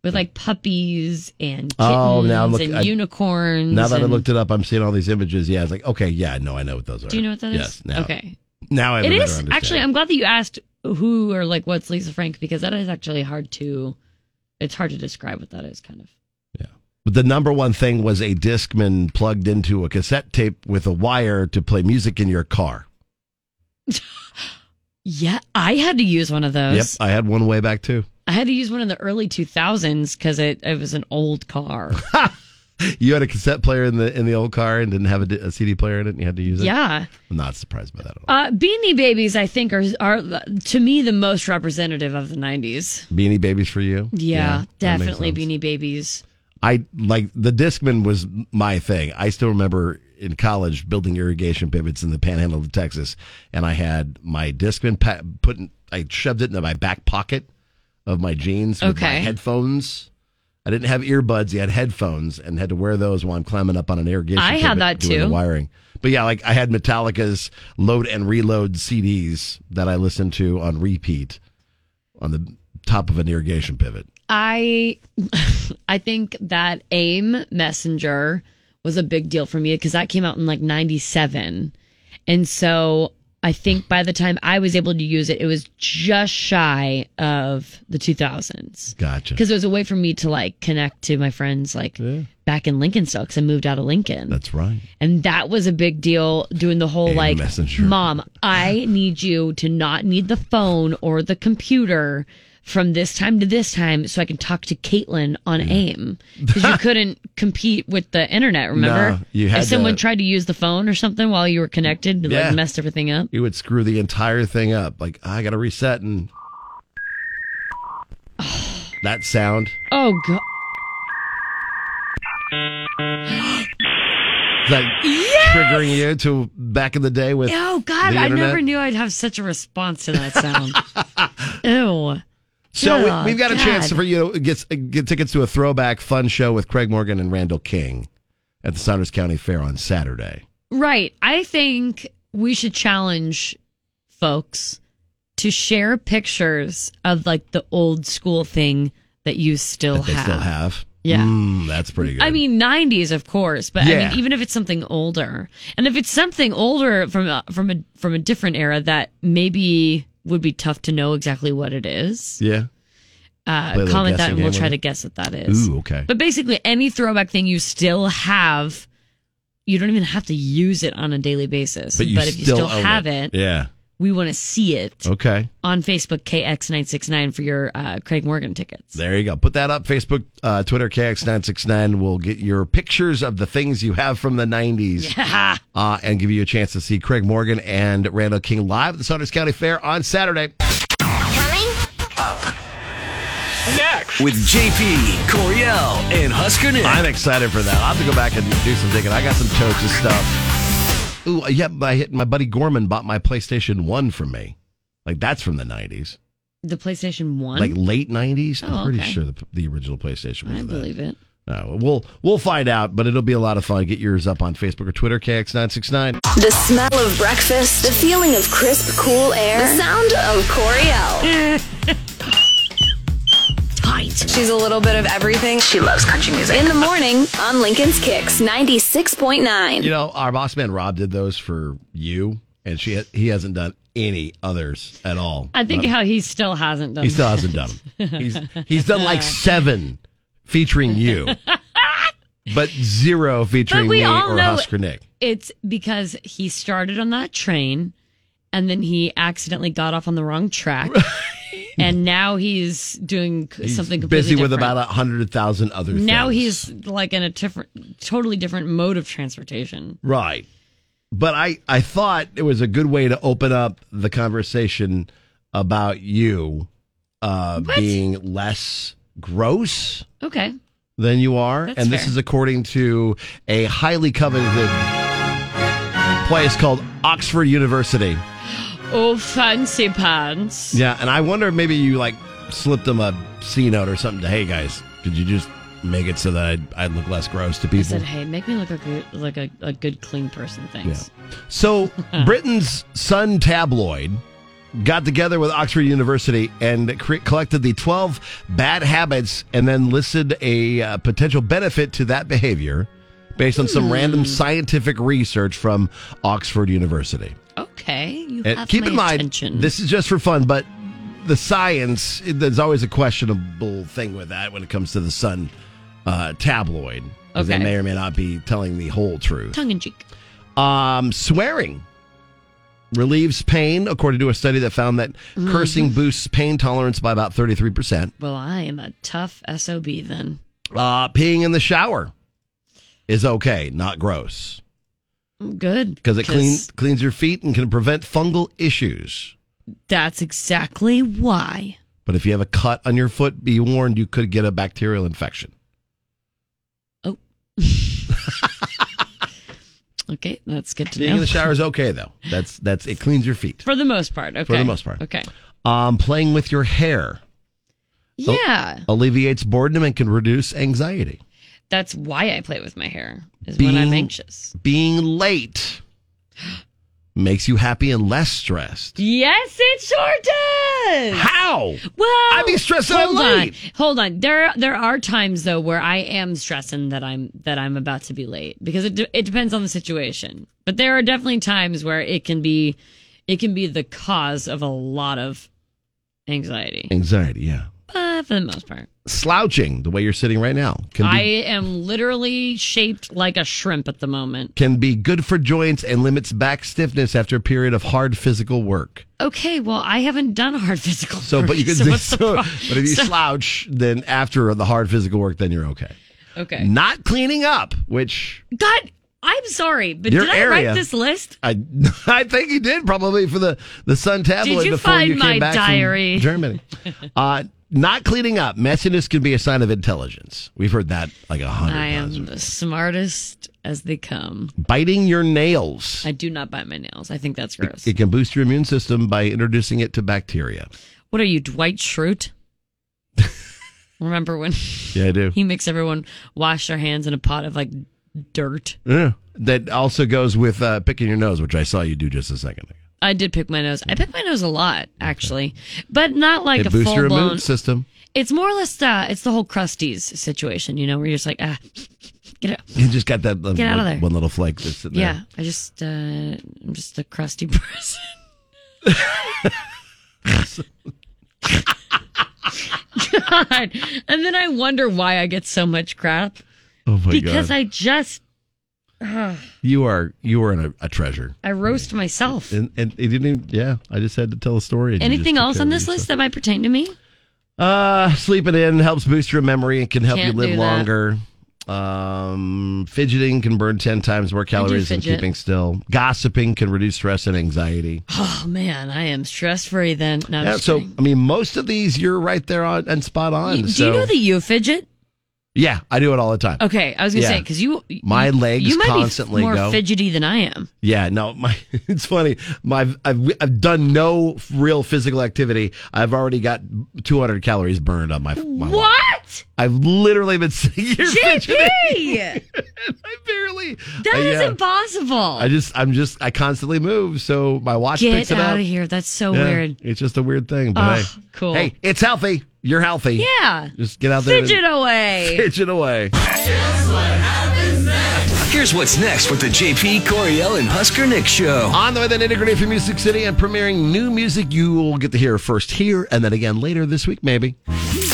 Speaker 15: with like puppies and kittens
Speaker 7: Oh, now I'm looking-
Speaker 15: and
Speaker 7: I-
Speaker 15: unicorns.
Speaker 7: Now that I
Speaker 15: and-
Speaker 7: looked it up, I'm seeing all these images. Yeah, it's like, okay, yeah, no, I know what those are.
Speaker 15: do you know what that is?
Speaker 7: Yes. Now,
Speaker 15: Okay.
Speaker 7: Now I have
Speaker 15: It
Speaker 7: a better
Speaker 15: is
Speaker 7: understanding.
Speaker 15: actually. I'm glad that you asked who or like what's Lisa Frank because that is actually hard to. It's hard to describe what that is, kind of.
Speaker 7: But the number one thing was a Discman plugged into a cassette tape with a wire to play music in your car.
Speaker 15: Yeah, I had to use one of those.
Speaker 7: Yep, I had one way back too.
Speaker 15: I had to use one in the early 2000s because it, it was an old car.
Speaker 7: You had a cassette player in the in the old car and didn't have a, di- a CD player in it, and you had to use it.
Speaker 15: Yeah.
Speaker 7: I'm not surprised by that. At all.
Speaker 15: Uh, Beanie Babies, I think, are are to me the most representative of the '90s.
Speaker 7: Beanie Babies for you?
Speaker 15: Yeah,
Speaker 7: that makes
Speaker 15: definitely
Speaker 7: sense.
Speaker 15: Beanie Babies.
Speaker 7: I like the Discman was my thing. I still remember in college building irrigation pivots in the panhandle of Texas, and I had my Discman pa- put. In, I shoved it into my back pocket of my jeans with my
Speaker 15: Okay.
Speaker 7: headphones. I didn't have earbuds. You had headphones and had to wear those while I'm climbing up on an irrigation.
Speaker 15: I had
Speaker 7: pivot
Speaker 15: that
Speaker 7: doing the
Speaker 15: too.
Speaker 7: wiring. But yeah, like I had Metallica's load and reload CDs that I listened to on repeat on the top of an irrigation pivot.
Speaker 15: I I think that AIM Messenger was a big deal for me because that came out in like 97. And so I think by the time I was able to use it, it was just shy of the 2000s.
Speaker 7: Gotcha.
Speaker 15: Because it was a way for me to like connect to my friends like back in Lincoln still because I moved out of Lincoln.
Speaker 7: That's right.
Speaker 15: And that was a big deal doing the whole
Speaker 7: AIM
Speaker 15: like,
Speaker 7: Messenger.
Speaker 15: mom, I need you to not need the phone or the computer from this time to this time so I can talk to Caitlin on AIM. Because you couldn't compete with the internet, remember?
Speaker 7: No, you had
Speaker 15: if someone
Speaker 7: to-
Speaker 15: tried to use the phone or something while you were connected, it
Speaker 7: Yeah.
Speaker 15: like messed everything up.
Speaker 7: You would screw the entire thing up. Like "Ah, I got to reset and that sound.
Speaker 15: Oh, God.
Speaker 7: Is that triggering you to back in the day with?
Speaker 15: Oh, God.
Speaker 7: the
Speaker 15: I
Speaker 7: internet?
Speaker 15: never knew I'd have such a response to that sound. Ew.
Speaker 7: So
Speaker 15: Oh,
Speaker 7: we, we've got a chance
Speaker 15: God.
Speaker 7: for you to get, get tickets to a throwback fun show with Craig Morgan and Randall King at the Saunders County Fair on Saturday.
Speaker 15: Right. I think we should challenge folks to share pictures of like the old school thing that you still
Speaker 7: That they
Speaker 15: have.
Speaker 7: still have.
Speaker 15: Yeah.
Speaker 7: Mm, that's pretty good.
Speaker 15: I mean, 90s, of course, but I
Speaker 7: Yeah.
Speaker 15: mean, even if it's something older, and if it's something older from a, from a from a different era that maybe would be tough to know exactly what it is,
Speaker 7: yeah. Play a
Speaker 15: uh,
Speaker 7: little
Speaker 15: comment
Speaker 7: guessing
Speaker 15: that, and
Speaker 7: game
Speaker 15: we'll
Speaker 7: with
Speaker 15: try
Speaker 7: it.
Speaker 15: to guess what that is.
Speaker 7: Ooh, okay.
Speaker 15: But basically, any throwback thing you still have, you don't even have to use it on a daily basis. if you still
Speaker 7: own
Speaker 15: have it,
Speaker 7: Yeah. Oh.
Speaker 15: we want to see it
Speaker 7: Okay.
Speaker 15: on Facebook KX969 for your uh, Craig Morgan tickets.
Speaker 7: There you go. Put that up. Facebook, uh, Twitter, KX969. We'll get your pictures of the things you have from the 90s
Speaker 15: Yeah.
Speaker 7: uh, and give you a chance to see Craig Morgan and Randall King live at the Saunders County Fair on Saturday.
Speaker 1: Next. With JP, Coriel, and Husker Nick.
Speaker 7: I'm excited for that. I'll have to go back and do some digging. I got some totes and stuff. Ooh, yep. I hit my buddy Gorman bought my PlayStation 1 from me. Like, that's from the 90s.
Speaker 15: The PlayStation 1.
Speaker 7: Like, late 90s.
Speaker 15: Oh,
Speaker 7: I'm pretty
Speaker 15: okay.
Speaker 7: sure the, the original PlayStation was
Speaker 15: I
Speaker 7: that.
Speaker 15: believe it.
Speaker 7: Uh, we'll we'll find out, but it'll be a lot of fun. Get yours up on Facebook or Twitter, KX969.
Speaker 3: The smell of breakfast, the feeling of crisp, cool air, the sound of Coriel. Tight. She's a little bit of everything. She loves country music. In the morning on Lincoln's Kicks 96.9.
Speaker 7: You know, our boss man Rob did those for you, and she he hasn't done any others at all.
Speaker 15: I think
Speaker 7: But
Speaker 15: how he still hasn't done.
Speaker 7: he still hasn't done them. He's he's done like seven featuring you, but zero featuring
Speaker 15: we
Speaker 7: me
Speaker 15: all
Speaker 7: or
Speaker 15: know-
Speaker 7: Husker Nick.
Speaker 15: It's because he started on that train and then he accidentally got off on the wrong track. and now he's doing c-
Speaker 7: He's
Speaker 15: something completely
Speaker 7: busy with
Speaker 15: different.
Speaker 7: about a hundred thousand other.
Speaker 15: Now
Speaker 7: things.
Speaker 15: he's like in a different, totally different mode of transportation.
Speaker 7: Right. But I, I thought it was a good way to open up the conversation about you uh, being less gross
Speaker 15: Okay.
Speaker 7: than you are.
Speaker 15: That's
Speaker 7: and this
Speaker 15: fair.
Speaker 7: is according to a highly coveted place called Oxford University.
Speaker 15: Oh, fancy pants.
Speaker 7: Yeah. And I wonder if maybe you like slipped them a C note or something to, hey guys, could you just make it so that I'd, I'd look less gross to people?
Speaker 15: I said, hey, make me look a good, like a, a good, clean person. Thanks.
Speaker 7: So Britain's Sun tabloid got together with Oxford University and cre- collected the 12 bad habits and then listed a uh, potential benefit to that behavior based on
Speaker 15: Hmm.
Speaker 7: some random scientific research from Oxford University.
Speaker 15: Okay. You have
Speaker 7: And Uh, keep
Speaker 15: my
Speaker 7: in mind,
Speaker 15: attention.
Speaker 7: this is just for fun, but the science, it- there's always a questionable thing with that when it comes to the Sun uh, tabloid. 'cause They
Speaker 15: Okay.
Speaker 7: may or may not be telling the whole truth.
Speaker 15: tongue in cheek.
Speaker 7: Um, swearing relieves pain, according to a study that found that
Speaker 15: Mhm.
Speaker 7: cursing boosts pain tolerance by about 33%.
Speaker 15: Well, I am a tough SOB then.
Speaker 7: Uh, peeing in the shower is okay, not gross,
Speaker 15: Good.
Speaker 7: because it clean, cleans your feet and can prevent fungal issues.
Speaker 15: That's exactly why.
Speaker 7: But if you have a cut on your foot, be warned you could get a bacterial infection.
Speaker 15: Okay, that's good to
Speaker 7: Peeing
Speaker 15: know.
Speaker 7: in the shower is okay, though. That's that's it cleans your feet.
Speaker 15: For the most part. Okay.
Speaker 7: For the most part.
Speaker 15: Okay.
Speaker 7: Um, playing with your hair al-
Speaker 15: Yeah.
Speaker 7: alleviates boredom and can reduce anxiety.
Speaker 15: That's why I play with my hair, is when I'm anxious.
Speaker 7: Being late makes you happy and less stressed.
Speaker 15: Yes, it sure does.
Speaker 7: How?
Speaker 15: Well,
Speaker 7: I'd be stressed if I'm
Speaker 15: Hold on,
Speaker 7: late.
Speaker 15: hold on. There, there are times though where I am stressing that I'm that I'm about to be late because it de- it depends on the situation. But there are definitely times where it can be, it can be the cause of a lot of anxiety.
Speaker 7: Anxiety, yeah.
Speaker 15: But for the most part,
Speaker 7: Slouching, the way you're sitting right now, can
Speaker 15: I
Speaker 7: be,
Speaker 15: am literally shaped like a shrimp at the moment.
Speaker 7: can be good for joints and limits back stiffness after a period of hard physical work.
Speaker 15: Okay, well, I haven't done hard physical.
Speaker 7: So, but you can
Speaker 15: work, so
Speaker 7: do
Speaker 15: what's the
Speaker 7: so,
Speaker 15: pro-
Speaker 7: but if you
Speaker 15: so-
Speaker 7: slouch, then after the hard physical work, then you're okay.
Speaker 15: okay,
Speaker 7: Not cleaning up, which
Speaker 15: God, I'm sorry, but
Speaker 7: Your
Speaker 15: did I
Speaker 7: area-
Speaker 15: write this list?
Speaker 7: I I think you did probably for the the Sun tabloid
Speaker 15: Did you
Speaker 7: before
Speaker 15: find
Speaker 7: you came
Speaker 15: my
Speaker 7: back
Speaker 15: diary?
Speaker 7: from Germany. uh, not cleaning up messiness can be a sign of intelligence. We've heard that like a
Speaker 15: I
Speaker 7: hundred.
Speaker 15: am the smartest as they come.
Speaker 7: Biting your nails.
Speaker 15: I do not bite my nails. I think that's gross.
Speaker 7: It can boost your immune system by introducing it to bacteria.
Speaker 15: What are you, Dwight Schrute? Remember when
Speaker 7: Yeah, I do.
Speaker 15: he makes everyone wash their hands in a pot of like dirt?
Speaker 7: Yeah. That also goes with uh, picking your nose, which I saw you do just a second ago.
Speaker 15: I did pick my nose. I pick my nose a lot, actually, but not like a
Speaker 7: it boosts
Speaker 15: full
Speaker 7: your
Speaker 15: blown.
Speaker 7: immune system.
Speaker 15: It's more or less the it's the whole crusties situation, you know, where you're just like, ah, get out.
Speaker 7: You just got that uh,
Speaker 15: Get out of
Speaker 7: one,
Speaker 15: there.
Speaker 7: one little flake that's sitting
Speaker 15: Yeah,
Speaker 7: there.
Speaker 15: I just uh, I'm just a crusty person. God, and then I wonder why I get so much crap
Speaker 7: Oh my
Speaker 15: because
Speaker 7: god!
Speaker 15: I just ugh,
Speaker 7: you are you are in a, a treasure.
Speaker 15: I roast myself.
Speaker 7: And, and it didn't. Even, yeah, I just had to tell a story. and you
Speaker 15: Anything
Speaker 7: just
Speaker 15: else on
Speaker 7: took care
Speaker 15: this
Speaker 7: of yourself.
Speaker 15: list that might pertain to me?
Speaker 7: Uh, sleeping in helps boost your memory and can help
Speaker 15: Can't
Speaker 7: you live
Speaker 15: do that.
Speaker 7: longer. Um, fidgeting can burn 10 times more calories than
Speaker 15: fidget.
Speaker 7: keeping still. Gossiping can reduce stress and anxiety.
Speaker 15: Oh man, I am stress free. Then no, I'm
Speaker 7: Yeah,
Speaker 15: just
Speaker 7: so,
Speaker 15: kidding.
Speaker 7: I mean, most of these you're right there on and spot on.
Speaker 15: do
Speaker 7: so,
Speaker 15: you know that you fidget?
Speaker 7: yeah, I do it all the time.
Speaker 15: Okay, I was gonna
Speaker 7: Yeah.
Speaker 15: say because you
Speaker 7: My
Speaker 15: you-
Speaker 7: legs
Speaker 15: you might
Speaker 7: constantly
Speaker 15: be more
Speaker 7: go-
Speaker 15: fidgety than I am.
Speaker 7: Yeah, no, my it's funny. My I've, I've done no real physical activity. I've already got 200 calories burned on my, my
Speaker 15: What? What?
Speaker 7: I've literally been sitting here fidgeting.
Speaker 15: JP!
Speaker 7: I barely.
Speaker 15: That
Speaker 7: I,
Speaker 15: is
Speaker 7: uh,
Speaker 15: impossible.
Speaker 7: I just, I'm just, I constantly move, so my watch
Speaker 15: Get
Speaker 7: picks it
Speaker 15: out
Speaker 7: up.
Speaker 15: of here. That's so
Speaker 7: Yeah,
Speaker 15: weird.
Speaker 7: It's just a weird thing. But
Speaker 15: Ugh,
Speaker 7: hey,
Speaker 15: cool.
Speaker 7: Hey, it's healthy. You're healthy.
Speaker 15: Yeah.
Speaker 7: Just get out there. and-
Speaker 15: Fidget away.
Speaker 7: Fidget away.
Speaker 1: Here's what's next with the JP Coriel and Husker Nick show.
Speaker 7: On the way, then integrated from Music City and premiering new music you will get to hear first here and then again later this week, maybe.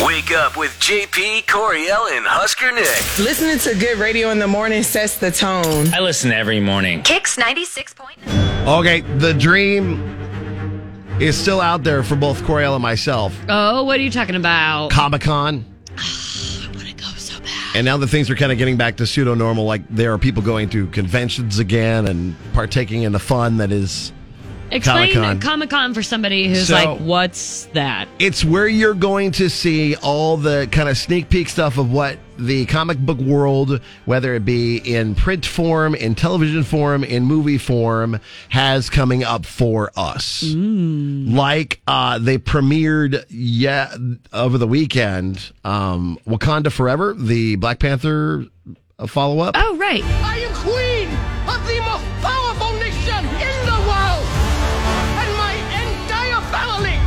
Speaker 1: Wake up with JP Coriel and Husker Nick.
Speaker 20: Listening to good radio in the morning sets the tone.
Speaker 21: I listen every morning.
Speaker 8: Kicks 96.
Speaker 7: Okay, the dream is still out there for both Coriel and myself.
Speaker 15: Oh, what are you talking about?
Speaker 7: Comic Con. And now that things are kind of getting back to pseudo normal, like there are people going to conventions again and partaking in the fun that is
Speaker 15: Explain
Speaker 7: Comic-Con.
Speaker 15: Comic Con for somebody who's
Speaker 7: So-
Speaker 15: like, what's that?
Speaker 7: It's where you're going to see all the kind of sneak peek stuff of what the comic book world, whether it be in print form, in television form, in movie form, has coming up for us. Like uh, they premiered yeah over the weekend, um, Wakanda Forever, the Black Panther uh, follow up.
Speaker 15: Oh, right.
Speaker 16: I am queen of the most powerful nation in the world. And my entire family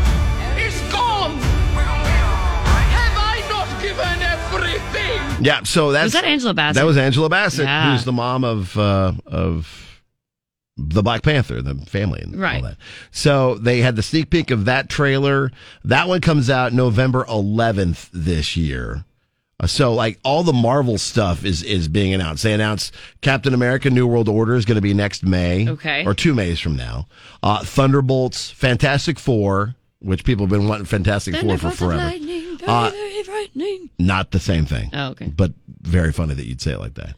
Speaker 16: is gone. Have I not given everything?
Speaker 7: Yeah, so that's
Speaker 16: Was that Angela Bassett?
Speaker 7: That was Angela Bassett,
Speaker 16: Yeah.
Speaker 7: who's the mom of uh, of the Black Panther, the family, and
Speaker 16: Right.
Speaker 7: all that. So they had the sneak peek of that trailer. That one comes out November 11th this year. Uh, So like all the Marvel stuff is is being announced. They announced Captain America: New World Order is going to be next May,
Speaker 15: Okay.
Speaker 7: or two Mays from now. Uh, Thunderbolts, Fantastic Four, which people have been wanting Fantastic Four for forever. Uh, Not the same thing.
Speaker 15: Oh, okay.
Speaker 7: But very funny that you'd say it like that.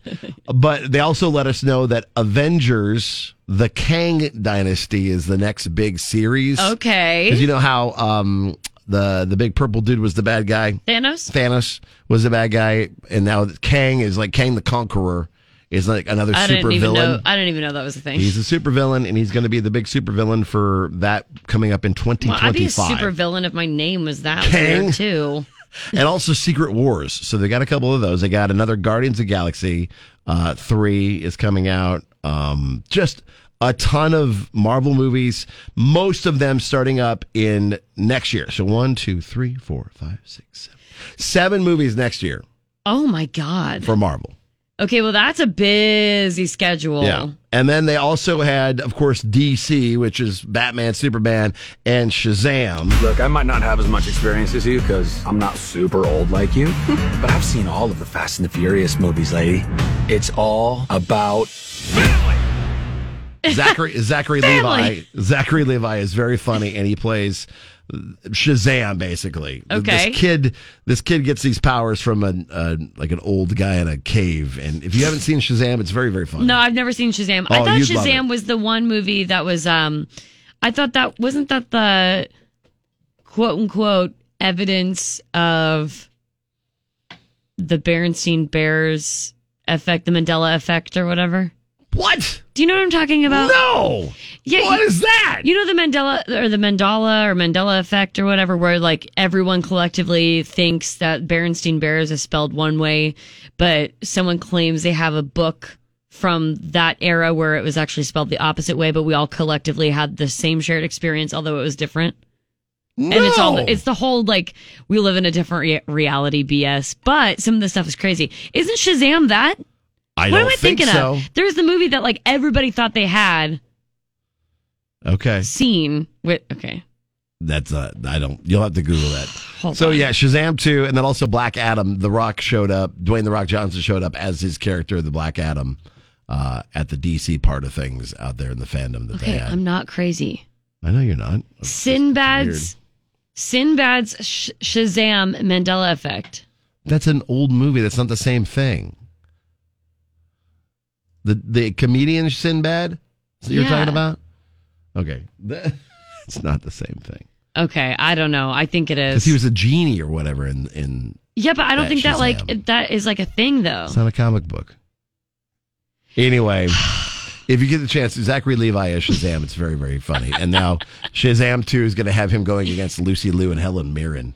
Speaker 7: but they also let us know that Avengers, the Kang Dynasty, is the next big series.
Speaker 15: Okay.
Speaker 7: Because you know how um, the the big purple dude was the bad guy.
Speaker 15: Thanos?
Speaker 7: Thanos was the bad guy, and now Kang is like Kang the Conqueror is like another
Speaker 15: I
Speaker 7: super
Speaker 15: didn't even
Speaker 7: villain.
Speaker 15: know. I didn't even know that was a thing.
Speaker 7: He's a super villain, and he's going to be the big super villain for that coming up in
Speaker 15: well, I'd be a
Speaker 7: 2025
Speaker 15: super villain if my name was that
Speaker 7: Kang?
Speaker 15: weird, too.
Speaker 7: and also Secret Wars. So they got a couple of those. They got another Guardians of the Galaxy uh, three is coming out. Um, just a ton of Marvel movies. Most of them starting up in next year. So one, two, three, four, five, six, seven, seven movies next year
Speaker 15: Oh my god.
Speaker 7: for Marvel.
Speaker 15: Okay, well that's a busy schedule.
Speaker 7: Yeah. And then they also had, of course, DC, which is Batman, Superman, and Shazam.
Speaker 22: Look, I might not have as much experience as you because I'm not super old like you, but I've seen all of the Fast and the Furious movies, lady. It's all about
Speaker 7: Zachary Zachary Levi.
Speaker 22: Family.
Speaker 7: Zachary Levi is very funny, and he plays Shazam basically. Th-
Speaker 16: Okay.
Speaker 7: This kid, this kid gets these powers from an uh, like an old guy in a cave, and if you haven't seen Shazam, it's very very funny.
Speaker 15: No, I've never seen Shazam. I
Speaker 7: Oh,
Speaker 15: thought
Speaker 7: you'd love
Speaker 15: Shazam was the one movie that was um I thought that wasn't that the quote unquote evidence of the Berenstein Bears effect, the Mandela effect or whatever.
Speaker 7: What?
Speaker 15: Do you know what I'm talking about?
Speaker 7: No.
Speaker 15: Yeah,
Speaker 16: What
Speaker 15: you-
Speaker 16: is that?
Speaker 15: You know the Mandela or the Mandala or Mandela effect or whatever, where like everyone collectively thinks that Berenstain Bears is spelled one way, but someone claims they have a book from that era where it was actually spelled the opposite way, but we all collectively had the same shared experience, although it was different. And it's all
Speaker 16: No.
Speaker 15: it's the whole like we live in a different rea- reality BS, but some of the stuff is crazy. Isn't Shazam that?
Speaker 7: I
Speaker 15: what am
Speaker 7: don't
Speaker 15: I
Speaker 7: think
Speaker 15: thinking
Speaker 7: so.
Speaker 15: of? There's the movie that like everybody thought they had
Speaker 7: Okay,
Speaker 15: seen with okay.
Speaker 7: that's uh, I don't. You'll have to Google that. so yeah, Shazam two, and then also Black Adam. The Rock showed up. Dwayne the Rock Johnson showed up as his character, the Black Adam, uh, at the DC part of things out there in the fandom that they
Speaker 15: Okay,
Speaker 7: had.
Speaker 15: I'm not crazy.
Speaker 7: I know you're not.
Speaker 15: Sinbad's Sinbad's Sh- Shazam Mandela effect.
Speaker 7: That's an old movie. That's not the same thing. The the comedian Sinbad is that you're
Speaker 15: Yeah.
Speaker 7: talking about? Okay, Th- it's not the same thing
Speaker 15: Okay, I don't know. I think it
Speaker 7: because
Speaker 15: is.
Speaker 7: he was a genie or whatever. In in
Speaker 15: yeah, but I don't
Speaker 7: that
Speaker 15: think that
Speaker 7: Shazam.
Speaker 15: like that is like a thing though.
Speaker 7: it's not a comic book. Anyway, if you get the chance, Zachary Levi as Shazam. It's very very funny. And now Shazam two is going to have him going against Lucy Liu and Helen Mirren.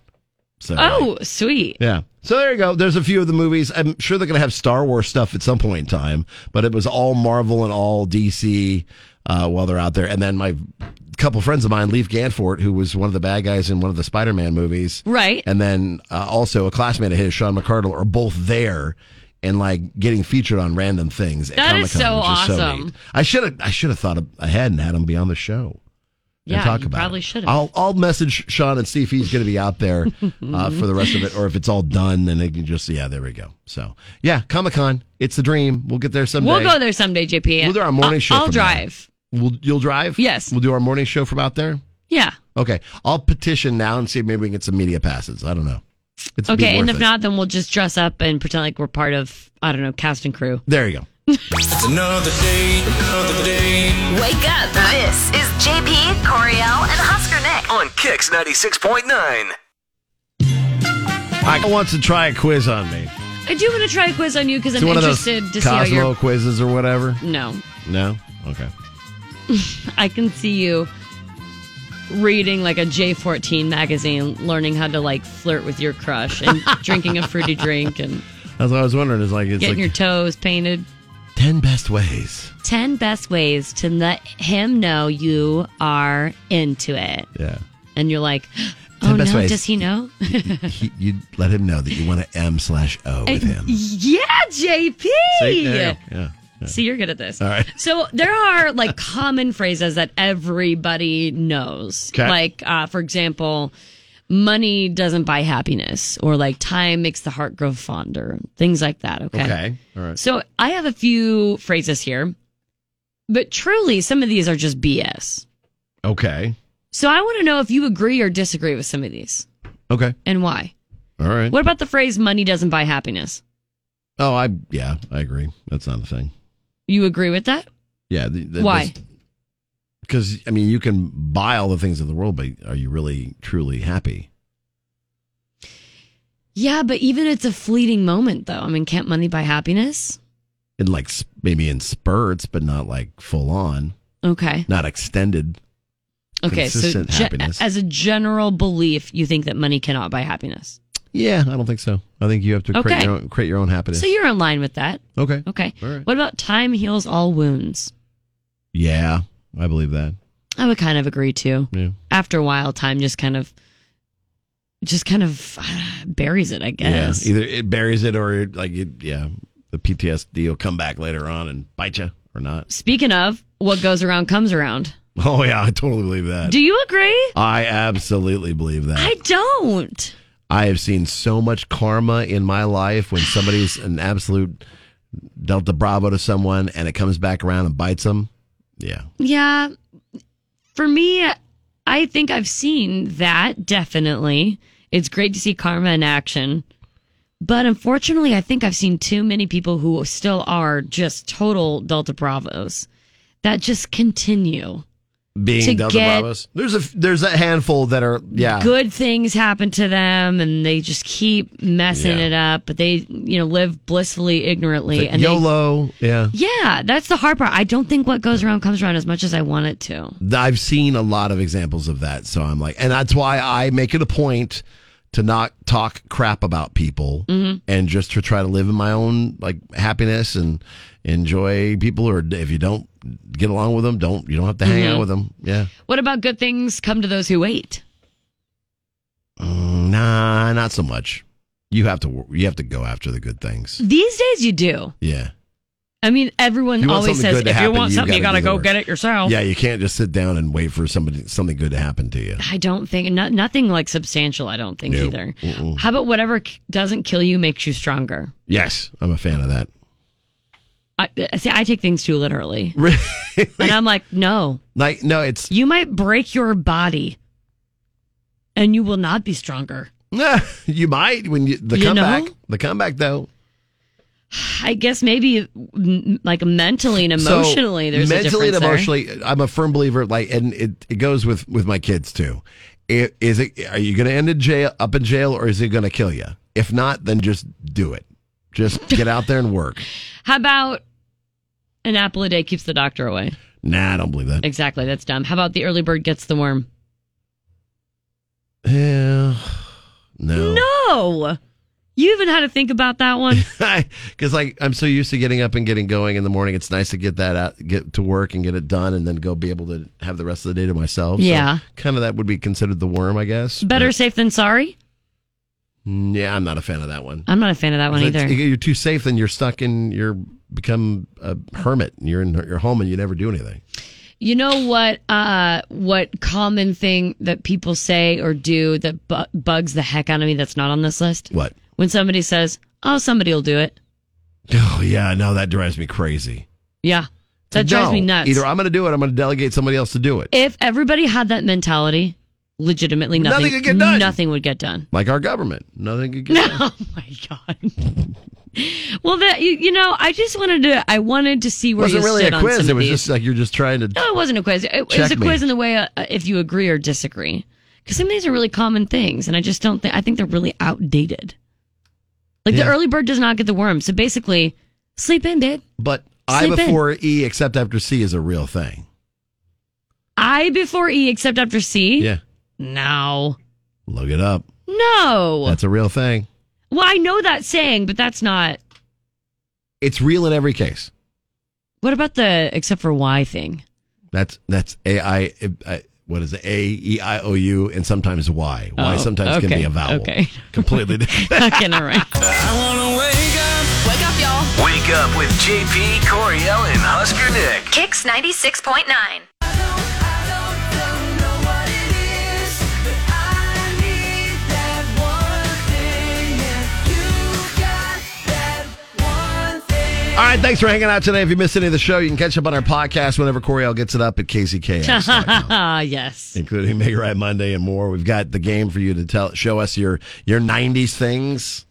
Speaker 7: So
Speaker 15: Oh, sweet.
Speaker 7: Yeah. So there you go. There's a few of the movies. I'm sure they're going to have Star Wars stuff at some point in time, but it was all Marvel and all DC uh, while they're out there. And then my couple friends of mine, Leaf Ganfort, who was one of the bad guys in one of the Spider Man movies.
Speaker 15: Right.
Speaker 7: And then uh, also a classmate of his, Sean McCardle, are both there and like getting featured on random things. at
Speaker 15: That is
Speaker 7: Comic-Con,
Speaker 15: so
Speaker 7: which is
Speaker 15: awesome.
Speaker 7: neat. I should have I should have thought ahead and had him be on the show. and
Speaker 15: Yeah,
Speaker 7: talk
Speaker 15: you
Speaker 7: about it.
Speaker 15: probably should have.
Speaker 7: I'll I'll message Sean and see if he's going to be out there uh, for the rest of it, or if it's all done, then they can just yeah, there we go. So yeah, Comic Con, it's the dream. We'll get there someday.
Speaker 15: We'll go there someday, JP.
Speaker 7: We'll do our morning
Speaker 15: I'll-
Speaker 7: show.
Speaker 15: I'll
Speaker 7: from there.
Speaker 15: drive.
Speaker 7: We'll, you'll drive. Yes. We'll do our morning show from out there.
Speaker 15: Yeah.
Speaker 7: Okay, I'll petition now and see if maybe we can get some media passes. I don't know. It's be
Speaker 15: okay, and
Speaker 7: worth
Speaker 15: if
Speaker 7: it.
Speaker 15: not, then we'll just dress up and pretend like we're part of I don't know cast and crew.
Speaker 7: there you go.
Speaker 10: It's another day, another day.
Speaker 3: Wake up. This is JP, Coriel, and Husker Nick.
Speaker 1: On Kix 96.9.
Speaker 7: I wants to try a quiz on me.
Speaker 15: I do want to try a quiz on you because
Speaker 7: It's
Speaker 15: I'm
Speaker 7: one of those
Speaker 15: interested to see how
Speaker 7: Cosmo
Speaker 15: you're.
Speaker 7: quizzes or whatever.
Speaker 15: No,
Speaker 7: No. Okay.
Speaker 15: I can see you reading like a J14 magazine, learning how to like flirt with your crush and drinking a fruity drink and
Speaker 7: That's what I was wondering. Is like it's
Speaker 15: getting
Speaker 7: like
Speaker 15: your toes painted.
Speaker 7: ten best ways.
Speaker 15: 10 best ways to let him know you are into it.
Speaker 7: Yeah.
Speaker 15: And you're like,
Speaker 7: 10
Speaker 15: oh
Speaker 7: best
Speaker 15: no,
Speaker 7: ways."
Speaker 15: does he know?
Speaker 7: he, you let him know that you want to M slash O with
Speaker 15: And-
Speaker 7: him.
Speaker 15: Yeah, JP.
Speaker 7: See? There you go. Yeah. yeah.
Speaker 15: See, you're good at this.
Speaker 7: All right.
Speaker 15: So there are like common phrases that everybody knows.
Speaker 7: 'Kay.
Speaker 15: Like, uh, for example, money doesn't buy happiness, or like time makes the heart grow fonder, things like that. Okay.
Speaker 7: Okay. All right.
Speaker 15: So I have a few phrases here, but truly, some of these are just BS.
Speaker 7: Okay.
Speaker 15: So I want to know if you agree or disagree with some of these
Speaker 7: Okay.
Speaker 15: and why.
Speaker 7: All right.
Speaker 15: What about the phrase money doesn't buy happiness?
Speaker 7: Oh, I yeah, I agree. That's not a thing.
Speaker 15: You agree with that?
Speaker 7: Yeah. The, the,
Speaker 15: Why?
Speaker 7: Because I mean, you can buy all the things in the world, but are you really truly happy?
Speaker 15: Yeah, but even it's a fleeting moment, though. I mean, can't money buy happiness?
Speaker 7: And like s- maybe in spurts, but not like full on,
Speaker 15: Okay.
Speaker 7: not extended.
Speaker 15: Okay. So,
Speaker 7: Consistent
Speaker 15: ge-
Speaker 7: happiness.
Speaker 15: as a general belief, you think that money cannot buy happiness.
Speaker 7: Yeah, I don't think so. I think you have to create
Speaker 15: Okay.
Speaker 7: your own, create your own happiness.
Speaker 15: So, you're in line with that.
Speaker 7: okay.
Speaker 15: Okay.
Speaker 7: All right.
Speaker 15: What about time heals all wounds?
Speaker 7: Yeah, I believe that.
Speaker 15: I would kind of agree too.
Speaker 7: Yeah.
Speaker 15: After a while, time just kind of, just kind of uh, buries it, I guess.
Speaker 7: Yeah, either it buries it or it, like it, yeah, the PTSD will come back later on and bite you or not.
Speaker 15: Speaking of, what goes around comes around.
Speaker 7: Oh yeah, I totally believe that.
Speaker 15: Do you agree?
Speaker 7: I absolutely believe that.
Speaker 15: I don't.
Speaker 7: I have seen so much karma in my life when somebody's an absolute Delta Bravo to someone and it comes back around and bites them. Yeah.
Speaker 15: Yeah. For me, I think I've seen that definitely. It's great to see karma in action. But unfortunately, I think I've seen too many people who still are just total Delta Bravos that just continue.
Speaker 7: Being
Speaker 15: To
Speaker 7: Delta
Speaker 15: get-
Speaker 7: Bravos. There's a there's a handful that are yeah.
Speaker 15: Good things happen to them and they just keep messing
Speaker 7: Yeah.
Speaker 15: it up, but they, you know, live blissfully ignorantly.
Speaker 7: Like
Speaker 15: and they-
Speaker 7: YOLO. yeah.
Speaker 15: yeah, that's the hard part. I don't think what goes around comes around as much as I want it to.
Speaker 7: I've seen a lot of examples of that. So I'm like, and that's why I make it a point to not talk crap about people
Speaker 15: Mhm.
Speaker 7: and just to try to live in my own like happiness and enjoy people. Or if you don't get along with them, don't, you don't have to hang out
Speaker 15: Mhm.
Speaker 7: with them. Yeah.
Speaker 15: What about good things come to those who wait?
Speaker 7: Mm, nah, not so much. You have to, wor- you have to go after the good things.
Speaker 15: These days you do.
Speaker 7: Yeah.
Speaker 15: I mean,
Speaker 7: If
Speaker 15: everyone
Speaker 7: you want
Speaker 15: always
Speaker 7: something
Speaker 15: says,
Speaker 7: good to
Speaker 15: if you
Speaker 7: happen,
Speaker 15: want
Speaker 7: you
Speaker 15: something, you
Speaker 7: gotta
Speaker 15: gotta,
Speaker 7: do the
Speaker 15: go
Speaker 7: work."
Speaker 15: get it yourself.
Speaker 7: Yeah. You can't just sit down and wait for somebody, something good to happen to you.
Speaker 15: I don't think, not, nothing like substantial, I don't think
Speaker 7: No.
Speaker 15: either.
Speaker 7: Mm-mm.
Speaker 15: How about whatever k- doesn't kill you makes you stronger?
Speaker 7: Yes. I'm a fan of that.
Speaker 15: I, I- see, I take things too literally. And I'm like, no,
Speaker 7: Like, no, it's,
Speaker 15: you might break your body and you will not be stronger.
Speaker 7: Nah, you might when you the
Speaker 15: You
Speaker 7: comeback.
Speaker 15: know?
Speaker 7: The comeback though.
Speaker 15: I guess maybe m- like mentally and
Speaker 7: So,
Speaker 15: emotionally, there's a
Speaker 7: mentally
Speaker 15: difference
Speaker 7: and
Speaker 15: there.
Speaker 7: emotionally. I'm a firm believer. Like, and it, it goes with with my kids too. I- Is it? Are you going to end in jail, up in jail, or is it going to kill you? If not, then just do it. Just get out there and work.
Speaker 15: How about an apple a day keeps the doctor away?
Speaker 7: Nah, I don't believe that.
Speaker 15: Exactly. That's dumb. How about the early bird gets the worm?
Speaker 7: Yeah, No.
Speaker 15: No. You even had to think about that one.
Speaker 7: because like I'm so used to getting up and getting going in the morning. It's nice to get that out, get to work and get it done, and then go be able to have the rest of the day to myself.
Speaker 15: Yeah.
Speaker 7: kind of that would be considered the worm, I guess.
Speaker 15: Better safe than sorry.
Speaker 7: But, yeah, I'm not a fan of that one.
Speaker 15: I'm not a fan of that one
Speaker 7: It's-
Speaker 15: either.
Speaker 7: You're too safe, then you're stuck in. You're become a hermit. and You're in your home and you never do anything.
Speaker 15: You know what? Uh, what common thing that people say or do that bu- bugs the heck out of me that's not on this list?
Speaker 7: What?
Speaker 15: When somebody says, "Oh, somebody will do it."
Speaker 7: Oh yeah, no, that drives me crazy.
Speaker 15: Yeah, that drives
Speaker 7: No.
Speaker 15: me nuts.
Speaker 7: Either I'm going to do it, I'm going to delegate somebody else to do it.
Speaker 15: if everybody had that mentality, legitimately nothing,
Speaker 7: Nothing could get done.
Speaker 15: Nothing would get done. Oh
Speaker 7: Like our government, nothing could get. done.
Speaker 15: Well, that you, you know, I just wanted to. I wanted to see
Speaker 7: It
Speaker 15: where
Speaker 7: wasn't
Speaker 15: you
Speaker 7: really
Speaker 15: stood
Speaker 7: a
Speaker 15: on
Speaker 7: quiz.
Speaker 15: some
Speaker 7: It
Speaker 15: of
Speaker 7: was
Speaker 15: these.
Speaker 7: just like you're just trying to.
Speaker 15: No, it wasn't a quiz. It, it was
Speaker 7: Check
Speaker 15: a
Speaker 7: me.
Speaker 15: quiz in the way uh, if you agree or disagree. Because some of these are really common things, and I just don't think I think they're really outdated. Like the
Speaker 7: Yeah.
Speaker 15: early bird does not get the worm. So basically, sleep in, babe.
Speaker 7: But I
Speaker 15: Sleep in.
Speaker 7: before E except after C is a real thing.
Speaker 15: I before E except after C.
Speaker 7: Yeah.
Speaker 15: No.
Speaker 7: Look it up.
Speaker 15: No.
Speaker 7: That's a real thing.
Speaker 15: well, I know that saying, but that's not.
Speaker 7: It's real in every case.
Speaker 15: What about the except for Y thing?
Speaker 7: That's that's A I, I what is it? A E I O U and sometimes Y. Y
Speaker 15: Oh,
Speaker 7: sometimes can
Speaker 15: okay,
Speaker 7: be a vowel.
Speaker 15: okay.
Speaker 7: Completely different.
Speaker 15: okay, all right.
Speaker 3: Wake up, y'all.
Speaker 1: Wake up with JP, Coriel, and Husker Nick.
Speaker 8: Kicks 96.9.
Speaker 7: All right, thanks for hanging out today. If you missed any of the show, you can catch up on our podcast whenever Coriel gets it up at KZKS.
Speaker 15: yes.
Speaker 7: including Make It Right Monday and more. We've got the game for you to tell show us your your '90s things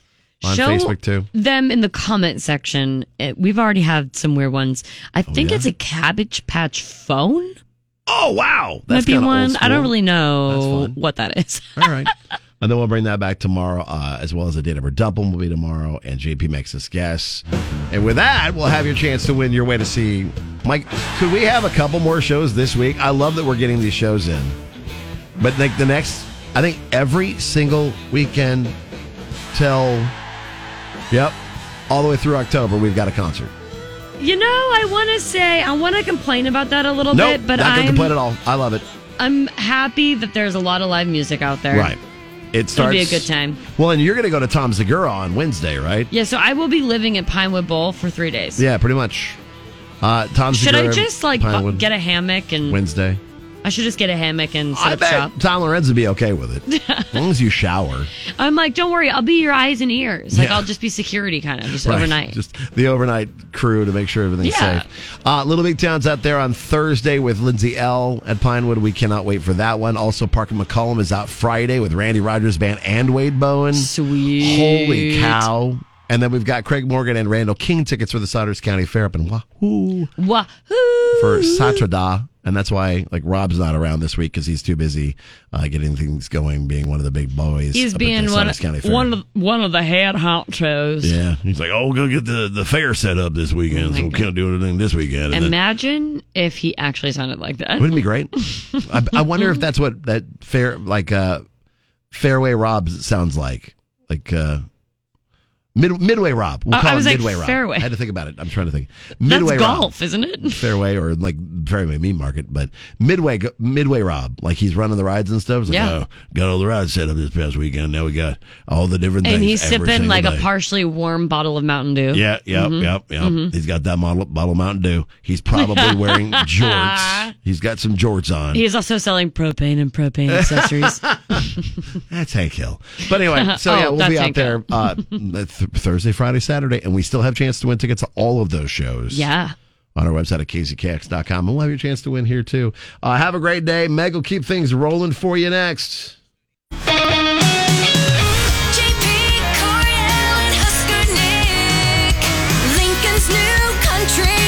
Speaker 7: on
Speaker 15: Show
Speaker 7: Facebook too.
Speaker 15: Them in the comment section. It- we've already had some weird ones. I think
Speaker 7: Oh, yeah?
Speaker 15: it's a Cabbage Patch phone.
Speaker 7: Oh wow,
Speaker 15: Might be
Speaker 7: kinda old
Speaker 15: one. I
Speaker 7: school.
Speaker 15: don't really know what that is.
Speaker 7: All right. And then we'll bring that back tomorrow, uh, as well as the date of our dump will be tomorrow, and JP makes us guess. And with that, we'll have your chance to win your way to see Mike. Could we have a couple more shows this week? I love that we're getting these shows in, but like the next, I think every single weekend till, yep, all the way through October, we've got a concert.
Speaker 15: You know, I want to say I want to complain about that a little
Speaker 7: nope,
Speaker 15: bit, but
Speaker 7: not gonna
Speaker 15: I'm
Speaker 7: complain at all. I love it.
Speaker 15: I'm happy that there's a lot of live music out there.
Speaker 7: Right. It
Speaker 15: It'll
Speaker 7: starts
Speaker 15: be a good time.
Speaker 7: Well, and you're going to go to Tom Segura on Wednesday, right?
Speaker 15: Yeah, so I will be living at Pinewood Bowl for three days.
Speaker 7: Yeah, pretty much. Uh, Tom
Speaker 15: Should I
Speaker 7: Segura,
Speaker 15: just like bu-
Speaker 7: Pinewood,
Speaker 15: get a hammock and
Speaker 7: Wednesday?
Speaker 15: I should just get a hammock and set
Speaker 7: I
Speaker 15: up shop.
Speaker 7: bet Tom Lorenz would be okay with it, as long as you shower.
Speaker 15: I'm like, don't worry, I'll be your eyes and ears. Like
Speaker 7: Yeah.
Speaker 15: I'll just be security kind of just
Speaker 7: Right.
Speaker 15: overnight.
Speaker 7: Just the overnight crew to make sure everything's
Speaker 15: Yeah.
Speaker 7: safe. Uh, Little Big Town's out there on Thursday with Lindsay L. at Pinewood. We cannot wait for that one. Also, Parker McCollum is out Friday with Randy Rogers Band and Wade Bowen. Sweet. Holy cow. And then we've got Craig Morgan and Randall King tickets for the Saunders County Fair up in Wahoo
Speaker 15: Wahoo!
Speaker 7: for Saturday. And that's why, like, Rob's not around this week because he's too busy uh, getting things going, being one of the big boys.
Speaker 15: He's
Speaker 7: up at the
Speaker 15: being one
Speaker 7: Saunders County
Speaker 15: of,
Speaker 7: Fair.
Speaker 15: one of one of the head honchos.
Speaker 7: Yeah, he's like, oh, we're gonna get the the fair set up this
Speaker 15: Oh
Speaker 7: weekend, so we can't do anything this weekend. And then-
Speaker 15: Imagine if he actually sounded like that.
Speaker 7: wouldn't it be great? I, I wonder if that's what that fair like uh fairway Rob sounds like, like uh mid, midway Rob. We'll
Speaker 15: Oh,
Speaker 7: call
Speaker 15: I
Speaker 7: it
Speaker 15: was like,
Speaker 7: midway Rob.
Speaker 15: fairway.
Speaker 7: I had to think about it. I'm trying to think.
Speaker 15: That's
Speaker 7: Midway Rob.
Speaker 15: golf, isn't it?
Speaker 7: fairway or like fairway meat market, but midway midway Rob, like he's running the rides and stuff. It's like,
Speaker 15: Yeah.
Speaker 7: oh, got all the rides set up this past weekend. Now we got all the different
Speaker 15: And
Speaker 7: things.
Speaker 15: he's
Speaker 7: every
Speaker 15: sipping
Speaker 7: single
Speaker 15: like a
Speaker 7: day."
Speaker 15: partially warm bottle of Mountain Dew.
Speaker 7: Yeah, yep,
Speaker 15: Mhm.
Speaker 7: yep, yep.
Speaker 15: Mhm.
Speaker 7: He's got that model, bottle of Mountain Dew. He's probably wearing jorts. He's got some jorts on.
Speaker 15: He is also selling propane and propane accessories.
Speaker 7: That's Hank Hill. But anyway, so
Speaker 15: Oh,
Speaker 7: yeah, we'll
Speaker 15: that's
Speaker 7: be out
Speaker 15: Hank
Speaker 7: there uh, th- Thursday, Friday, Saturday, and we still have a chance to win tickets to all of those shows.
Speaker 15: yeah.
Speaker 7: On our website at kzkx.com. And we'll have your chance to win here, too. Uh, have a great day. Meg will keep things rolling for you next.
Speaker 12: JP, Coriel, and Husker Nick. Lincoln's new country